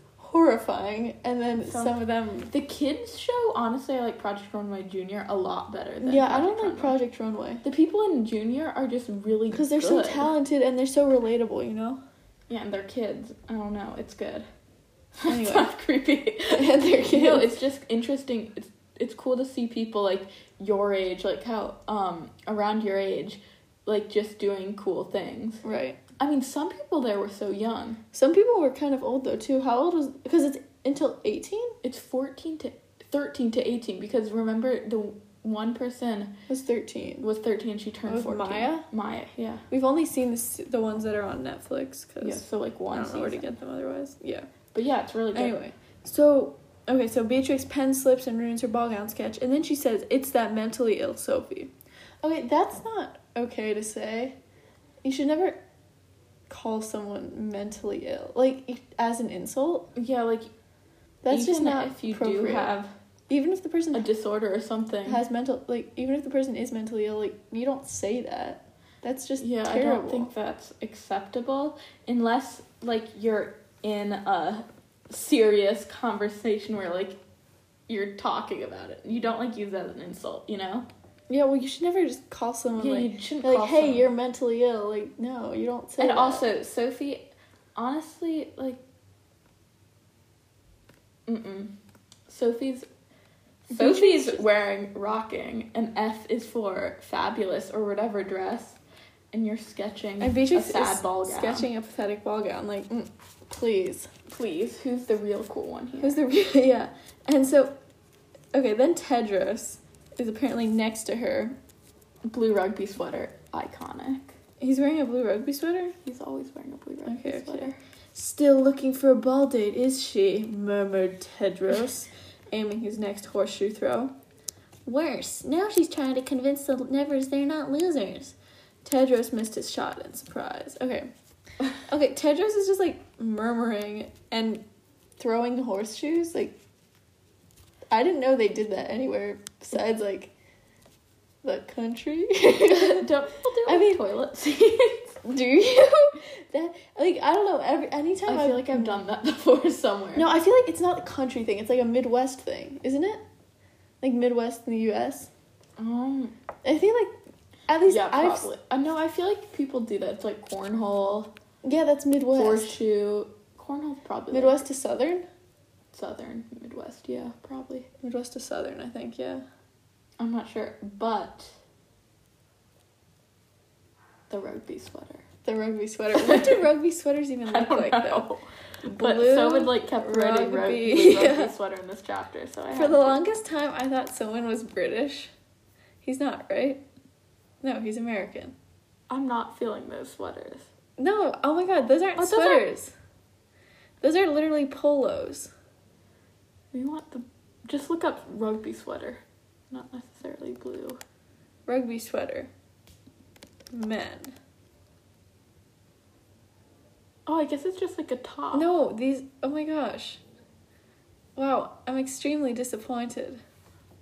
[SPEAKER 2] horrifying, and then some,
[SPEAKER 1] Some-
[SPEAKER 2] of them.
[SPEAKER 1] The kids show honestly I like Project Runway Junior a lot better than
[SPEAKER 2] Yeah, I don't like
[SPEAKER 1] Runway.
[SPEAKER 2] Project Runway
[SPEAKER 1] The people in junior are just really
[SPEAKER 2] because they're so
[SPEAKER 1] good.
[SPEAKER 2] talented and they're so relatable. You know.
[SPEAKER 1] Yeah, and they're kids. I don't know. It's good. [LAUGHS]
[SPEAKER 2] Anyway.
[SPEAKER 1] it's not [LAUGHS] creepy.
[SPEAKER 2] and [LAUGHS] they're kids.
[SPEAKER 1] No, it's just interesting. It's it's cool to see people like your age, like how um around your age, like just doing cool things.
[SPEAKER 2] right.
[SPEAKER 1] I mean, some people there were so young.
[SPEAKER 2] Some people were kind of old though too. How old was? Because it's until eighteen.
[SPEAKER 1] It's fourteen to thirteen to eighteen because remember the one person
[SPEAKER 2] Was thirteen.
[SPEAKER 1] was thirteen. She turned
[SPEAKER 2] Was
[SPEAKER 1] fourteen.
[SPEAKER 2] Oh, Maya?
[SPEAKER 1] Maya. Yeah.
[SPEAKER 2] We've only seen the s- the ones that are on Netflix
[SPEAKER 1] Yeah.
[SPEAKER 2] because
[SPEAKER 1] So like
[SPEAKER 2] I
[SPEAKER 1] one
[SPEAKER 2] don't know where to
[SPEAKER 1] season.
[SPEAKER 2] get them otherwise. Yeah.
[SPEAKER 1] But yeah, it's really good.
[SPEAKER 2] Anyway, so Okay, so Beatrix pen slips and ruins her ball gown sketch, and then she says, It's that mentally ill Sophie.
[SPEAKER 4] Okay, that's not okay to say. You should never call someone mentally ill, like e- as an insult.
[SPEAKER 1] Yeah, like
[SPEAKER 4] That's
[SPEAKER 1] even
[SPEAKER 4] just not
[SPEAKER 1] if you do
[SPEAKER 4] appropriate.
[SPEAKER 1] have
[SPEAKER 4] even if the person
[SPEAKER 1] a disorder or something.
[SPEAKER 4] has mental, like even if the person is mentally ill, like you don't say that. That's just
[SPEAKER 1] yeah,
[SPEAKER 4] terrible.
[SPEAKER 1] I don't think that's acceptable unless like you're in a serious conversation where like you're talking about it. You don't like use that as an insult, you know?
[SPEAKER 4] yeah, well, you should never just call someone
[SPEAKER 1] yeah,
[SPEAKER 4] like
[SPEAKER 1] you shouldn't
[SPEAKER 4] Like,
[SPEAKER 1] call
[SPEAKER 4] hey,
[SPEAKER 1] someone.
[SPEAKER 4] you're mentally ill. Like, no, you don't say
[SPEAKER 1] And
[SPEAKER 4] that.
[SPEAKER 1] also, Sophie, honestly, like, mm-mm. Sophie's Sophie's wearing rocking, and F is for fabulous or whatever dress, and you're sketching
[SPEAKER 2] And Beatrix
[SPEAKER 1] a sad
[SPEAKER 2] is
[SPEAKER 1] ball gown.
[SPEAKER 2] sketching a pathetic ball gown. Like, mm, please.
[SPEAKER 1] Please, who's the real cool one here?
[SPEAKER 2] Who's the real? [LAUGHS] Yeah. And so, okay, then Tedros is apparently next to her.
[SPEAKER 1] blue rugby sweater? Iconic.
[SPEAKER 2] He's wearing a blue rugby sweater.
[SPEAKER 1] He's always wearing a blue rugby
[SPEAKER 2] Okay, okay.
[SPEAKER 1] sweater.
[SPEAKER 2] Still looking for a ball date, is she? murmured
[SPEAKER 5] [LAUGHS]
[SPEAKER 2] Tedros, aiming his next horseshoe throw.
[SPEAKER 5] Worse, now she's trying to convince the Nevers they're not losers.
[SPEAKER 2] Tedros missed his shot in surprise.
[SPEAKER 5] [LAUGHS]
[SPEAKER 2] Okay. Okay, Tedros is just like murmuring and
[SPEAKER 4] throwing horseshoes. Like, I didn't know they did that anywhere besides like the
[SPEAKER 5] [LAUGHS]
[SPEAKER 2] [LAUGHS]
[SPEAKER 4] country.
[SPEAKER 1] Don't [LAUGHS] people do it
[SPEAKER 4] I
[SPEAKER 1] with
[SPEAKER 4] mean-
[SPEAKER 1] [LAUGHS] toilet seats?
[SPEAKER 4] Do
[SPEAKER 2] [LAUGHS]
[SPEAKER 4] you? that like I don't know. Every anytime
[SPEAKER 1] I feel like I've done that [LAUGHS] before somewhere.
[SPEAKER 4] No, I feel like it's not a country thing. It's like a Midwest thing, isn't it? Like Midwest in the U.S.
[SPEAKER 1] Um,
[SPEAKER 4] I feel like at least
[SPEAKER 1] yeah,
[SPEAKER 4] I've
[SPEAKER 1] probably. I know. I feel like people do that. It's like cornhole,
[SPEAKER 4] yeah that's Midwest.
[SPEAKER 1] horseshoe. Cornhole's probably like,
[SPEAKER 4] Midwest to Southern.
[SPEAKER 1] southern Midwest. Yeah, probably.
[SPEAKER 2] Midwest to Southern, I think, yeah.
[SPEAKER 1] I'm not sure, but the rugby sweater.
[SPEAKER 4] The rugby sweater. What
[SPEAKER 1] [LAUGHS]
[SPEAKER 4] do rugby sweaters even
[SPEAKER 1] I
[SPEAKER 4] look
[SPEAKER 1] don't
[SPEAKER 4] like though?
[SPEAKER 1] know. but so would like kept writing
[SPEAKER 2] rugby.
[SPEAKER 1] rugby, rugby
[SPEAKER 2] [LAUGHS] Yeah.
[SPEAKER 1] sweater in this chapter. So I
[SPEAKER 2] For
[SPEAKER 1] had
[SPEAKER 2] the
[SPEAKER 1] to-
[SPEAKER 2] longest time, I thought someone was British. He's not, right? No, he's American.
[SPEAKER 1] I'm not feeling those sweaters.
[SPEAKER 2] No, oh my god, those aren't
[SPEAKER 1] Oh, those are-
[SPEAKER 2] sweaters. Those are literally polos.
[SPEAKER 1] We want the just look up rugby sweater, not necessarily blue.
[SPEAKER 2] Rugby sweater. Men.
[SPEAKER 1] Oh, I guess it's just like a top.
[SPEAKER 2] No, these. Oh my gosh. Wow, I'm extremely disappointed.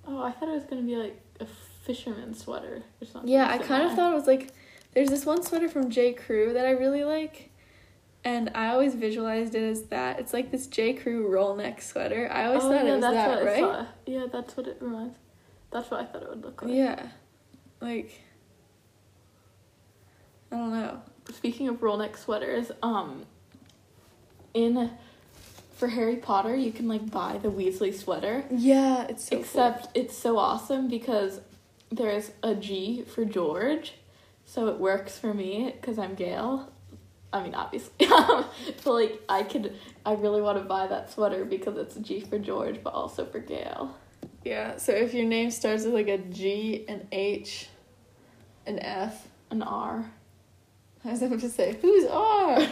[SPEAKER 1] Oh, I thought it was gonna be like a fisherman's sweater or something.
[SPEAKER 2] Yeah, I kind of
[SPEAKER 1] similar.
[SPEAKER 2] thought it was like. There's this one sweater from J. Crew that I really like, and I always visualized it as that. It's like this J. Crew roll neck sweater. I always
[SPEAKER 1] Oh,
[SPEAKER 2] thought
[SPEAKER 1] yeah,
[SPEAKER 2] it was
[SPEAKER 1] that's
[SPEAKER 2] that,
[SPEAKER 1] what I
[SPEAKER 2] right?
[SPEAKER 1] saw. Yeah, that's what it reminds. That's what I thought it would look like.
[SPEAKER 2] Yeah. Like I don't know.
[SPEAKER 1] Speaking of roll neck sweaters, um, in for Harry Potter, you can like buy the Weasley sweater.
[SPEAKER 4] Yeah, it's so cool.
[SPEAKER 1] except it's so awesome because there's a G for George, so it works for me because I'm Gail. I mean, obviously. [LAUGHS] so like, I could, I really want to buy that sweater because it's a G for George, but also for Gail.
[SPEAKER 4] Yeah, so if your name starts with like a G, an H, an F,
[SPEAKER 1] An R.
[SPEAKER 4] I was about to say, who's R? Uh,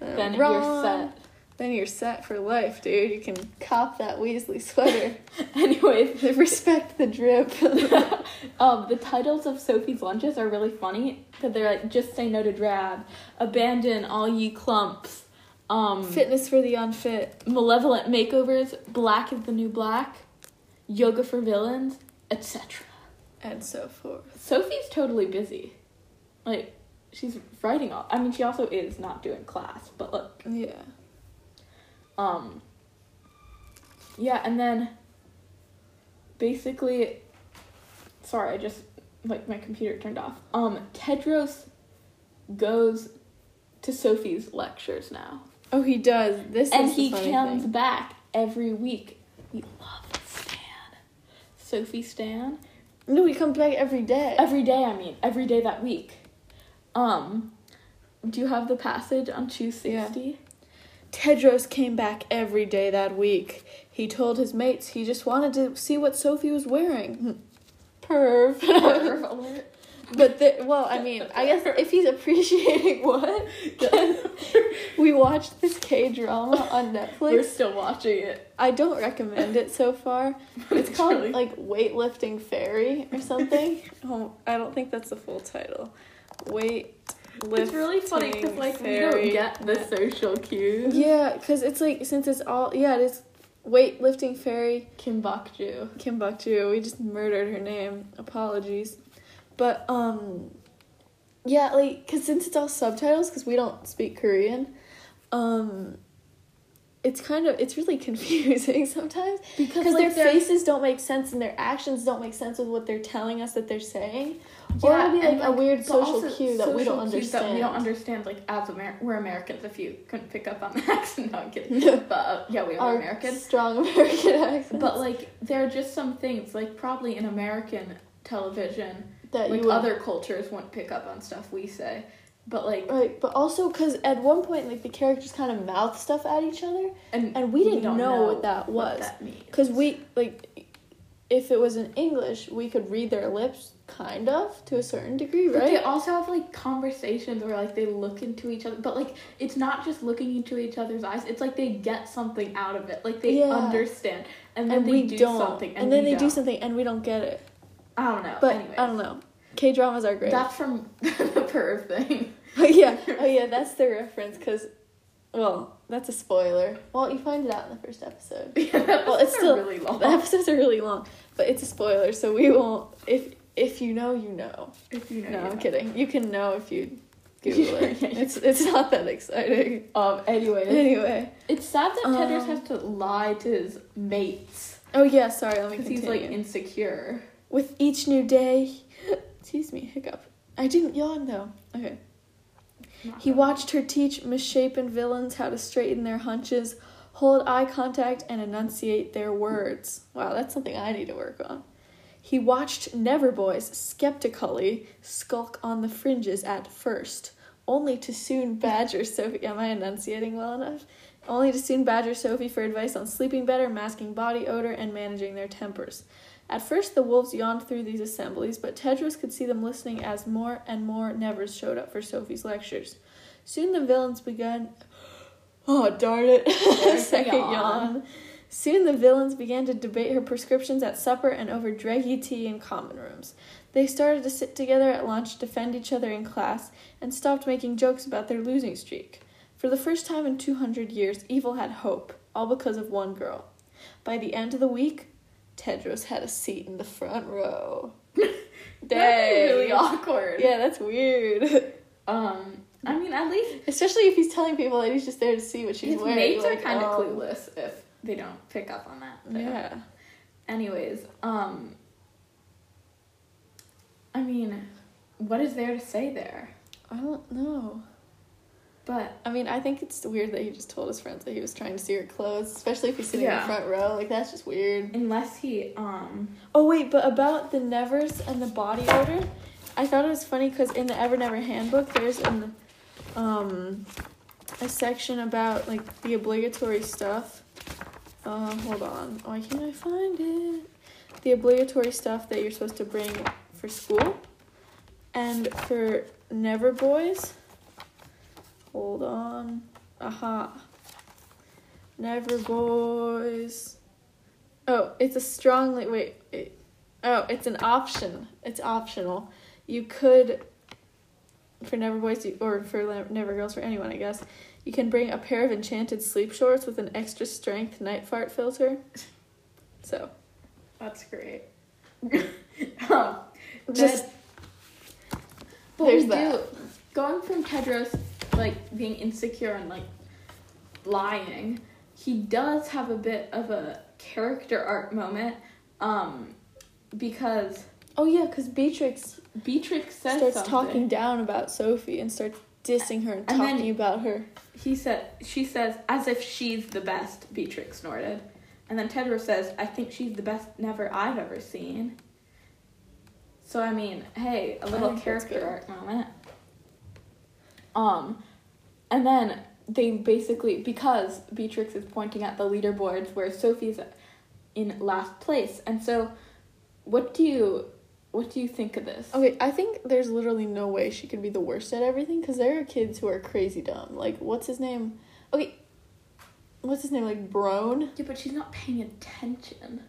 [SPEAKER 1] Then
[SPEAKER 4] wrong.
[SPEAKER 1] you're
[SPEAKER 4] Then you're set for life, dude. You can cop that Weasley sweater. [LAUGHS]
[SPEAKER 1] set. [LAUGHS] Anyways,
[SPEAKER 4] Respect the drip.
[SPEAKER 1] Hmm. um, the titles of Sophie's lunches are really funny because they're like, just say no to drab, abandon all ye clumps, um,
[SPEAKER 2] Fitness for the unfit.
[SPEAKER 1] malevolent makeovers, black is the new black, yoga for villains, etc.
[SPEAKER 2] And so forth.
[SPEAKER 1] Sophie's totally busy. Like, she's writing all. I mean, she also is not doing class, but look.
[SPEAKER 2] Yeah.
[SPEAKER 1] Um. Yeah, and then basically, sorry, I just like my computer turned off. Um, Tedros goes to Sophie's lectures now,
[SPEAKER 2] Oh he does. This
[SPEAKER 1] and
[SPEAKER 2] is the
[SPEAKER 1] he
[SPEAKER 2] funny
[SPEAKER 1] comes
[SPEAKER 2] thing.
[SPEAKER 1] back every week. We love Stan, Sophie Stan.
[SPEAKER 4] no, he comes back every day.
[SPEAKER 1] every day i mean every day that week um do you have the passage on 260
[SPEAKER 2] Tedros came back every day that week. He told his mates he just wanted to see what Sophie was wearing.
[SPEAKER 4] [LAUGHS]
[SPEAKER 1] [LAUGHS]
[SPEAKER 4] Perv.
[SPEAKER 1] Perv alert.
[SPEAKER 2] But the, well, I mean, I guess if he's appreciating [LAUGHS] what we watched this K drama on
[SPEAKER 1] We're
[SPEAKER 2] Netflix.
[SPEAKER 1] still watching it.
[SPEAKER 2] I don't recommend it so far. It's called like weightlifting fairy or something. oh, I don't think that's the full title. Weight.
[SPEAKER 1] It's really funny because like we don't get the social cues.
[SPEAKER 2] Yeah, because it's like since it's all yeah, it is weightlifting fairy
[SPEAKER 1] Kim Bok Ju.
[SPEAKER 2] Kim Bok Ju. We just murdered her name. Apologies, but um, yeah, like because since it's all subtitles, because we don't speak Korean, um, it's kind of it's really [LAUGHS] confusing sometimes because
[SPEAKER 1] like,
[SPEAKER 2] their
[SPEAKER 1] they're-
[SPEAKER 2] faces don't make sense and their actions don't make sense with what they're telling us that they're saying, or
[SPEAKER 1] Yeah,
[SPEAKER 2] it'll be like,
[SPEAKER 1] and,
[SPEAKER 2] a weird
[SPEAKER 1] but
[SPEAKER 2] social
[SPEAKER 1] also
[SPEAKER 2] cue that we don't
[SPEAKER 1] social cues that
[SPEAKER 2] understand.
[SPEAKER 1] we don't understand, like as Amer- we're Americans. If you couldn't pick up on [LAUGHS] the accent, no, I'm
[SPEAKER 2] [LAUGHS]
[SPEAKER 1] kidding. but uh, yeah, we are
[SPEAKER 2] Our
[SPEAKER 1] Americans.
[SPEAKER 2] strong [LAUGHS] American accent
[SPEAKER 1] But like, there are just some things, like probably in American television,
[SPEAKER 2] that
[SPEAKER 1] like
[SPEAKER 2] you would
[SPEAKER 1] other cultures wouldn't pick up on stuff we say. But like,
[SPEAKER 2] Right, but also because at one point, like the characters kind of mouth stuff at each other,
[SPEAKER 1] and,
[SPEAKER 2] and we didn't
[SPEAKER 1] don't
[SPEAKER 2] know, what that was.
[SPEAKER 1] that means.
[SPEAKER 2] Because we like, if it was in English, we could read their lips, kind of to a certain degree,
[SPEAKER 1] But they
[SPEAKER 2] right?
[SPEAKER 1] also have like conversations where like they look into each other, but like it's not just looking into each other's eyes. It's like they get something out of it, like they
[SPEAKER 2] Yeah.
[SPEAKER 1] understand, and then
[SPEAKER 2] And
[SPEAKER 1] they
[SPEAKER 2] we
[SPEAKER 1] do
[SPEAKER 2] don't,
[SPEAKER 1] something,
[SPEAKER 2] and, then
[SPEAKER 1] we
[SPEAKER 2] they do
[SPEAKER 1] don't.
[SPEAKER 2] something, and we don't get it.
[SPEAKER 1] I don't know.
[SPEAKER 2] But
[SPEAKER 1] Anyways,
[SPEAKER 2] I don't know. K dramas are great. [LAUGHS]
[SPEAKER 1] That's from [LAUGHS] the perv thing. [LAUGHS]
[SPEAKER 2] yeah. Oh yeah, that's the reference. Because, well, that's a spoiler. Well, you find it out in the first episode. [LAUGHS]
[SPEAKER 1] well,
[SPEAKER 2] it's still-
[SPEAKER 1] really long.
[SPEAKER 2] The episodes are really long, but it's a spoiler, so we won't. If if you know, you know.
[SPEAKER 1] if you know,
[SPEAKER 2] No,
[SPEAKER 1] you
[SPEAKER 2] I'm
[SPEAKER 1] know.
[SPEAKER 2] kidding. You can know
[SPEAKER 1] [LAUGHS]
[SPEAKER 2] if you Google it.
[SPEAKER 1] Yeah, you
[SPEAKER 2] it's it's not
[SPEAKER 1] [LAUGHS]
[SPEAKER 2] that exciting. [LAUGHS]
[SPEAKER 1] Um. Anyway,
[SPEAKER 2] Anyway.
[SPEAKER 1] it's sad that Tenders
[SPEAKER 2] Um,
[SPEAKER 1] has to lie to his mates
[SPEAKER 2] Oh yeah, sorry. Let me
[SPEAKER 1] because
[SPEAKER 2] continue.
[SPEAKER 1] he's like insecure.
[SPEAKER 2] With each new day, [LAUGHS] excuse me, hiccup. I didn't yawn though. Okay. He watched her teach misshapen villains how to straighten their hunches, hold eye contact, and enunciate their words. Wow, that's something I need to work on. He watched Neverboys skeptically skulk on the fringes at first, only to soon badger Sophie. Am I enunciating well enough? Only to soon badger Sophie for advice on sleeping better, masking body odor, and managing their tempers. At first, the wolves yawned through these assemblies, but Tedros could see them listening as more and more Nevers showed up for Sophie's lectures. Soon the villains began. Oh, darn it. [LAUGHS]
[SPEAKER 1] There's a [LAUGHS]
[SPEAKER 2] Second
[SPEAKER 1] yawn.
[SPEAKER 2] yawn. Soon the villains began to debate her prescriptions at supper and over draggy tea in common rooms. They started to sit together at lunch, defend each other in class, and stopped making jokes about their losing streak. For the first time in 200 years, evil had hope, all because of one girl. By the end of the week, Tedros had a seat in the front
[SPEAKER 1] [LAUGHS]
[SPEAKER 2] row. Dang.
[SPEAKER 1] That's really awkward.
[SPEAKER 2] Yeah, that's weird. [LAUGHS]
[SPEAKER 1] Um. I mean, at least
[SPEAKER 2] Especially if he's telling people that he's just there to see what she's
[SPEAKER 1] his
[SPEAKER 2] wearing.
[SPEAKER 1] mates
[SPEAKER 2] like,
[SPEAKER 1] are kind of
[SPEAKER 2] um,
[SPEAKER 1] clueless if they don't pick up on that. though.
[SPEAKER 2] Yeah.
[SPEAKER 1] Anyways, um. I mean, what is there to say there?
[SPEAKER 2] I don't know.
[SPEAKER 1] But
[SPEAKER 2] I mean, I think it's weird that he just told his friends that he was trying to see her clothes, especially if he's sitting in
[SPEAKER 1] Yeah.
[SPEAKER 2] the front row. Like, that's just weird.
[SPEAKER 1] unless he um
[SPEAKER 2] Oh, wait, but about the nevers and the body odor, I thought it was funny because in the Ever Never Handbook, there's an, um, a section about, like, the obligatory stuff. Um, hold on. Why can't I find it? The obligatory stuff that you're supposed to bring for school. And for Never Boys, hold on. Aha. Never Boys. Oh, it's a strongly. Wait, wait. Oh, it's an option. It's optional. You could. For Never Boys, you, or for Le- Never Girls, for anyone, I guess, you can bring a pair of enchanted sleep shorts with an extra strength night fart filter. So,
[SPEAKER 1] That's great. [LAUGHS] um,
[SPEAKER 2] just.
[SPEAKER 1] but
[SPEAKER 2] There's
[SPEAKER 1] we
[SPEAKER 2] that.
[SPEAKER 1] do going from Tedros like being insecure and like lying. He does have a bit of a character arc moment, um, because
[SPEAKER 2] Oh, yeah, because Beatrix
[SPEAKER 1] Beatrix says
[SPEAKER 2] starts
[SPEAKER 1] something.
[SPEAKER 2] talking down about Sophie and starts dissing her and
[SPEAKER 1] And
[SPEAKER 2] talking
[SPEAKER 1] then-
[SPEAKER 2] about her.
[SPEAKER 1] He said she says as if she's the best. Beatrix snorted, and then Tedros says, "I think she's the best never I've ever seen." So I mean, hey, a little
[SPEAKER 2] think that's
[SPEAKER 1] character
[SPEAKER 2] good.
[SPEAKER 1] arc moment. Um, and then they basically because Beatrix is pointing at the leaderboards where Sophie's in last place, and so what do you What do you think of this?
[SPEAKER 2] Okay, I think there's literally no way she could be the worst at everything because there are kids who are crazy dumb. Like, what's his name? Okay, what's his name? Like, Brone?
[SPEAKER 1] Yeah, but she's not paying attention.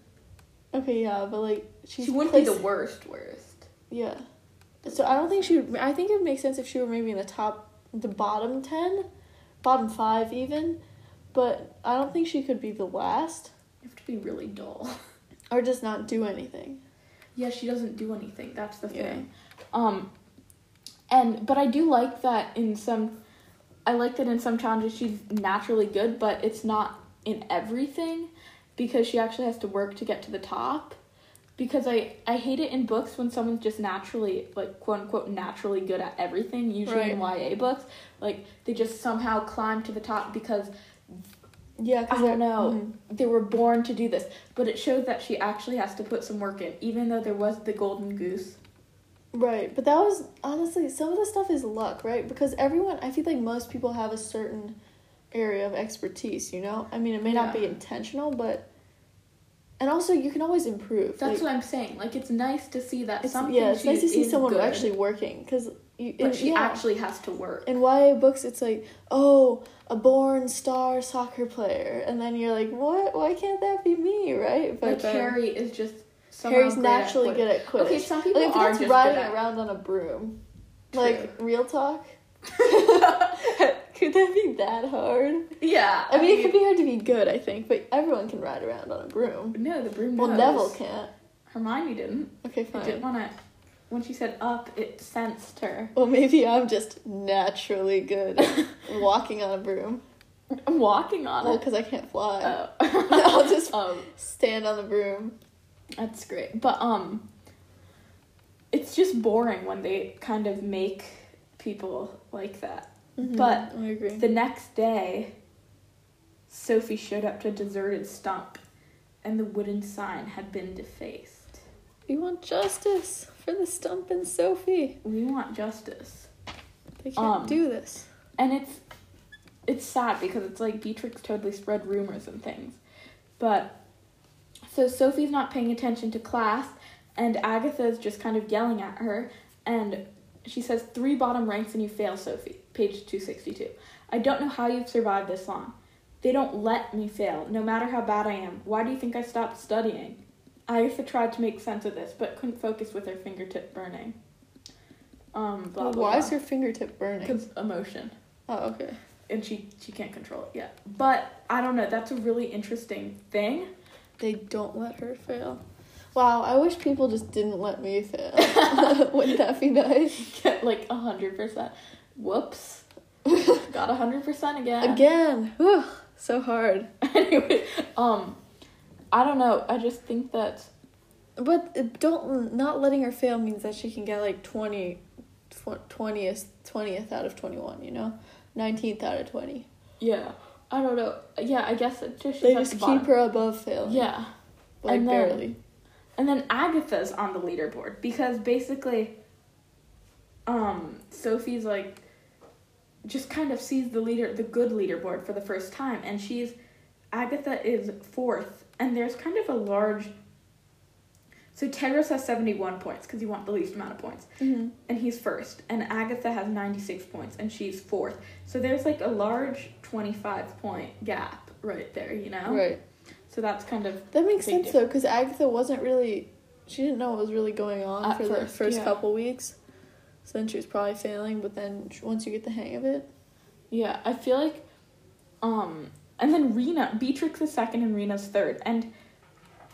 [SPEAKER 2] Okay, yeah, but like, she's.
[SPEAKER 1] she wouldn't be the
[SPEAKER 2] placed-
[SPEAKER 1] worst worst.
[SPEAKER 2] Yeah. So I don't think she would. I think it would make sense if she were maybe in the top, the bottom 10, bottom 5 even, but I don't think she could be the last
[SPEAKER 1] You have to be really dull. [LAUGHS]
[SPEAKER 2] or just not do anything.
[SPEAKER 1] Yeah, she doesn't do anything. That's the
[SPEAKER 2] Yeah.
[SPEAKER 1] thing. Um, and but I do like that in some. I like that in some challenges she's naturally good, but it's not in everything, because she actually has to work to get to the top. Because I I hate it in books when someone's just naturally like quote unquote naturally good at everything. Usually in YA books, like they just somehow climb to the top because
[SPEAKER 2] Yeah, 'cause
[SPEAKER 1] I don't
[SPEAKER 2] they're-
[SPEAKER 1] know.
[SPEAKER 2] mhm.
[SPEAKER 1] they were born to do this. But it showed that she actually has to put some work in, even though there was the golden goose.
[SPEAKER 2] Right, but that was honestly some of the stuff is luck, right? Because everyone, I feel like most people have a certain area of expertise. You know, I mean, it may not be
[SPEAKER 1] Yeah.
[SPEAKER 2] intentional, but and also you can always improve.
[SPEAKER 1] That's
[SPEAKER 2] like,
[SPEAKER 1] what I'm saying. Like it's nice to see that
[SPEAKER 2] it's,
[SPEAKER 1] something.
[SPEAKER 2] yeah, it's
[SPEAKER 1] she
[SPEAKER 2] nice to see
[SPEAKER 1] is
[SPEAKER 2] someone
[SPEAKER 1] good,
[SPEAKER 2] actually working because you.
[SPEAKER 1] But
[SPEAKER 2] and-
[SPEAKER 1] she
[SPEAKER 2] yeah.
[SPEAKER 1] actually has to work.
[SPEAKER 2] in YA books, it's like, oh, a born star soccer player, and then you're like, what? Why can't that be me, right?
[SPEAKER 1] But like
[SPEAKER 2] then
[SPEAKER 1] Harry is just. somehow
[SPEAKER 2] um, Harry's
[SPEAKER 1] great at
[SPEAKER 2] naturally
[SPEAKER 1] Quidditch.
[SPEAKER 2] good at Quidditch.
[SPEAKER 1] Okay, some people
[SPEAKER 2] like, if
[SPEAKER 1] are
[SPEAKER 2] that's
[SPEAKER 1] just
[SPEAKER 2] riding
[SPEAKER 1] good at-
[SPEAKER 2] around on a broom.
[SPEAKER 1] True.
[SPEAKER 2] Like real
[SPEAKER 1] [LAUGHS]
[SPEAKER 2] talk. could that be that hard?
[SPEAKER 1] Yeah,
[SPEAKER 2] I mean, it could be hard to be good, I think, but everyone can ride around on a broom.
[SPEAKER 1] No, the broom.
[SPEAKER 2] Well,
[SPEAKER 1] knows.
[SPEAKER 2] Neville can't.
[SPEAKER 1] Hermione didn't.
[SPEAKER 2] Okay,
[SPEAKER 1] It didn't
[SPEAKER 2] fine.
[SPEAKER 1] want to. When she said up, it sensed her.
[SPEAKER 2] Well, maybe I'm just naturally
[SPEAKER 1] [LAUGHS]
[SPEAKER 2] good at walking on a broom.
[SPEAKER 1] I'm walking on
[SPEAKER 2] Well,
[SPEAKER 1] it.
[SPEAKER 2] because I can't fly.
[SPEAKER 1] Oh.
[SPEAKER 2] [LAUGHS] I'll
[SPEAKER 1] [LAUGHS]
[SPEAKER 2] just
[SPEAKER 1] um,
[SPEAKER 2] stand on the broom.
[SPEAKER 1] That's great. But um it's just boring when they kind of make people like that. But-
[SPEAKER 2] I agree.
[SPEAKER 1] The next day Sophie showed up to a deserted stump and the wooden sign had been defaced.
[SPEAKER 2] We want justice for the stump and Sophie.
[SPEAKER 1] We want justice.
[SPEAKER 2] They can't
[SPEAKER 1] Um,
[SPEAKER 2] do this.
[SPEAKER 1] And it's it's sad because it's like Beatrix totally spread rumors and things. But so Sophie's not paying attention to class and Agatha's just kind of yelling at her and she says three bottom ranks and you fail, Sophie. Page 262. I don't know how you've survived this long. They don't let me fail, no matter how bad I am. Why do you think I stopped studying? Agatha tried to make sense of this, but couldn't focus with her fingertip burning. Um, blah, blah,
[SPEAKER 2] Why
[SPEAKER 1] blah.
[SPEAKER 2] is her fingertip burning?
[SPEAKER 1] Because emotion
[SPEAKER 2] Oh, okay.
[SPEAKER 1] and she she can't control it yet. But I don't know. That's a really interesting thing. [LAUGHS]
[SPEAKER 2] They don't let her fail. Wow, I wish people just didn't let
[SPEAKER 1] [LAUGHS]
[SPEAKER 2] me fail. [LAUGHS] Wouldn't that be nice?
[SPEAKER 1] Get like a hundred percent.
[SPEAKER 2] [LAUGHS]
[SPEAKER 1] Whoops, got a hundred percent again.
[SPEAKER 2] Again, whew, so hard.
[SPEAKER 1] anyway, um, I don't know. I just think that
[SPEAKER 2] But it- don't not letting her fail means that she can get like 20, tw- 20th, 20th out of 21, you know? 19th out of 20.
[SPEAKER 1] yeah. I don't know. Yeah, I guess it just
[SPEAKER 2] They
[SPEAKER 1] she's at
[SPEAKER 2] just
[SPEAKER 1] the
[SPEAKER 2] keep
[SPEAKER 1] bottom.
[SPEAKER 2] her above failing.
[SPEAKER 1] Yeah,
[SPEAKER 2] Like
[SPEAKER 1] and then-
[SPEAKER 2] barely.
[SPEAKER 1] and then Agatha's on the leaderboard because basically, um, Sophie's like just kind of sees the leader the good leaderboard for the first time and she's Agatha is fourth and there's kind of a large so Tedros has 71 points because you want the least amount of points
[SPEAKER 2] Mm-hmm.
[SPEAKER 1] and he's first and Agatha has 96 points and she's fourth so there's like a large 25 point gap right there you know
[SPEAKER 2] Right.
[SPEAKER 1] so that's kind of
[SPEAKER 2] That makes
[SPEAKER 1] Big
[SPEAKER 2] sense though, because Agatha wasn't really. She didn't know what was really going on
[SPEAKER 1] At
[SPEAKER 2] for the
[SPEAKER 1] first,
[SPEAKER 2] first
[SPEAKER 1] yeah.
[SPEAKER 2] couple weeks. So then she was probably failing, but then sh- once you get the hang of it,
[SPEAKER 1] Yeah, I feel like, um, and then Rena, Beatrix is second and Rena's third, and,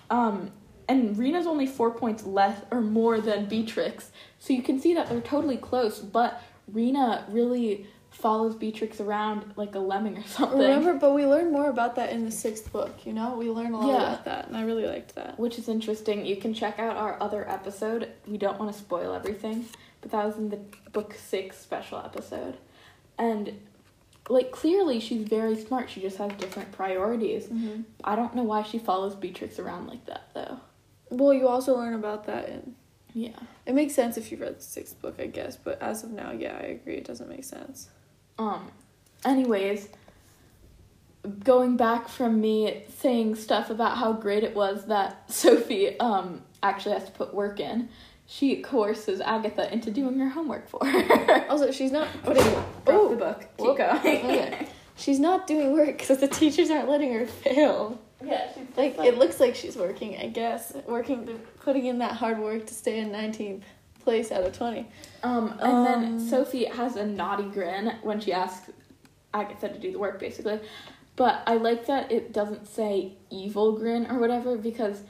[SPEAKER 1] um, and Rena's only four points less or more than Beatrix, so you can see that they're totally close. But Rena really follows Beatrix around like a lemming or [LAUGHS] something,
[SPEAKER 2] Remember, but we learn more about that in the sixth book, you know? We learn a lot
[SPEAKER 1] Yeah.
[SPEAKER 2] about that, and I really liked that.
[SPEAKER 1] which is interesting. You can check out our other episode. We don't want to spoil everything, but that was in the book six special episode, and. Like clearly, she's very smart. She just has different priorities.
[SPEAKER 2] Mm-hmm.
[SPEAKER 1] I don't know why she follows Beatrix around like that though.
[SPEAKER 2] Well, you also learn about that in.
[SPEAKER 1] Yeah.
[SPEAKER 2] It makes sense if you've read the sixth book, I guess, but as of now, yeah, I agree, it doesn't make sense.
[SPEAKER 1] Um anyways, going back from me [LAUGHS] saying stuff about how great it was that Sophie um actually has to put work in she coerces Agatha into doing her homework for her.
[SPEAKER 2] Also, she's not putting.
[SPEAKER 1] Broke
[SPEAKER 2] Oh,
[SPEAKER 1] the book. [LAUGHS] Keep
[SPEAKER 2] Whoop.
[SPEAKER 1] going.
[SPEAKER 2] Oh, [LAUGHS] okay. She's not doing work because the teachers aren't letting her fail.
[SPEAKER 1] [LAUGHS] Yeah, she's
[SPEAKER 2] Like, it looks like she's working, I guess. Working, the, putting in that hard work to stay in 19th place out of 20.
[SPEAKER 1] Um, and
[SPEAKER 2] Um,
[SPEAKER 1] then Sophie has a naughty grin when she asks Agatha to do the work, basically. But I like that it doesn't say evil grin or whatever because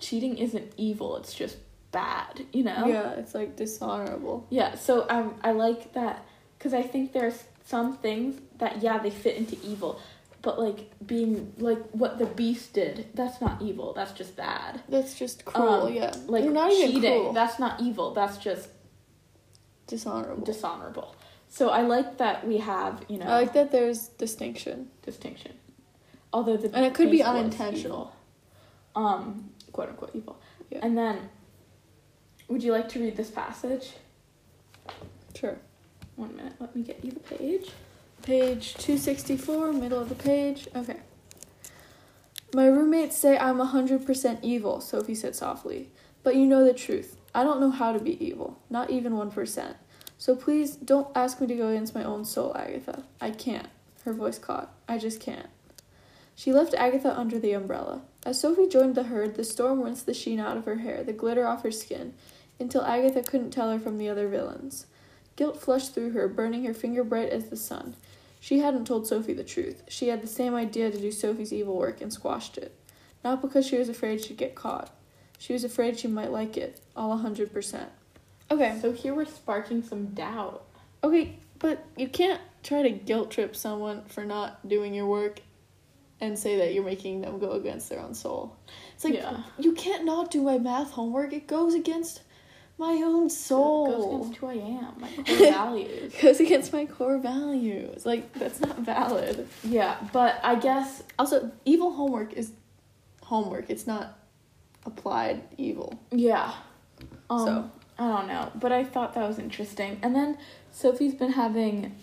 [SPEAKER 1] cheating isn't evil; it's just bad, you know.
[SPEAKER 2] Yeah, it's like dishonorable.
[SPEAKER 1] Yeah, so um, I like that because I think there's some things that yeah they fit into evil, but like being like what the beast did, that's not evil. That's just bad.
[SPEAKER 2] That's just cruel,
[SPEAKER 1] Um,
[SPEAKER 2] yeah.
[SPEAKER 1] Like
[SPEAKER 2] You're not even
[SPEAKER 1] cheating,
[SPEAKER 2] cruel.
[SPEAKER 1] that's not evil. That's just
[SPEAKER 2] dishonorable.
[SPEAKER 1] dishonorable. So I like that we have, you know,
[SPEAKER 2] I like that there's distinction.
[SPEAKER 1] distinction. Although the
[SPEAKER 2] And it could be
[SPEAKER 1] baseball is
[SPEAKER 2] unintentional.
[SPEAKER 1] evil. um, quote unquote evil.
[SPEAKER 2] Yeah.
[SPEAKER 1] And then, would you like to read this passage?
[SPEAKER 2] Sure.
[SPEAKER 1] One minute, let me get you the page.
[SPEAKER 2] Page 264, middle of the page. Okay. My roommates say I'm 100% evil, Sophie said softly. But you know the truth. I don't know how to be evil, not even 1%. So please don't ask me to go against my own soul, Agatha. I can't. Her voice caught. I just can't. She left Agatha under the umbrella. As Sophie joined the herd, the storm rinsed the sheen out of her hair, the glitter off her skin, until Agatha couldn't tell her from the other villains. Guilt flushed through her, burning her finger bright as the sun. She hadn't told Sophie the truth. She had the same idea to do Sophie's evil work and squashed it. Not because she was afraid she'd get caught. She was afraid she might like it, all a 100%. Okay,
[SPEAKER 1] So here we're sparking some doubt.
[SPEAKER 2] okay, but you can't try to guilt trip someone for not doing your work and say that you're making them go against their own soul. It's like,
[SPEAKER 1] yeah,
[SPEAKER 2] you can't not do my math homework. It goes against my own soul.
[SPEAKER 1] goes against who I am,
[SPEAKER 2] [LAUGHS]
[SPEAKER 1] my core values.
[SPEAKER 2] goes against my core values. Like that's not valid.
[SPEAKER 1] Yeah, but I guess
[SPEAKER 2] Also, evil homework is homework. It's not applied evil.
[SPEAKER 1] Yeah. Um,
[SPEAKER 2] So.
[SPEAKER 1] I don't know, but I thought that was interesting. And then Sophie's been having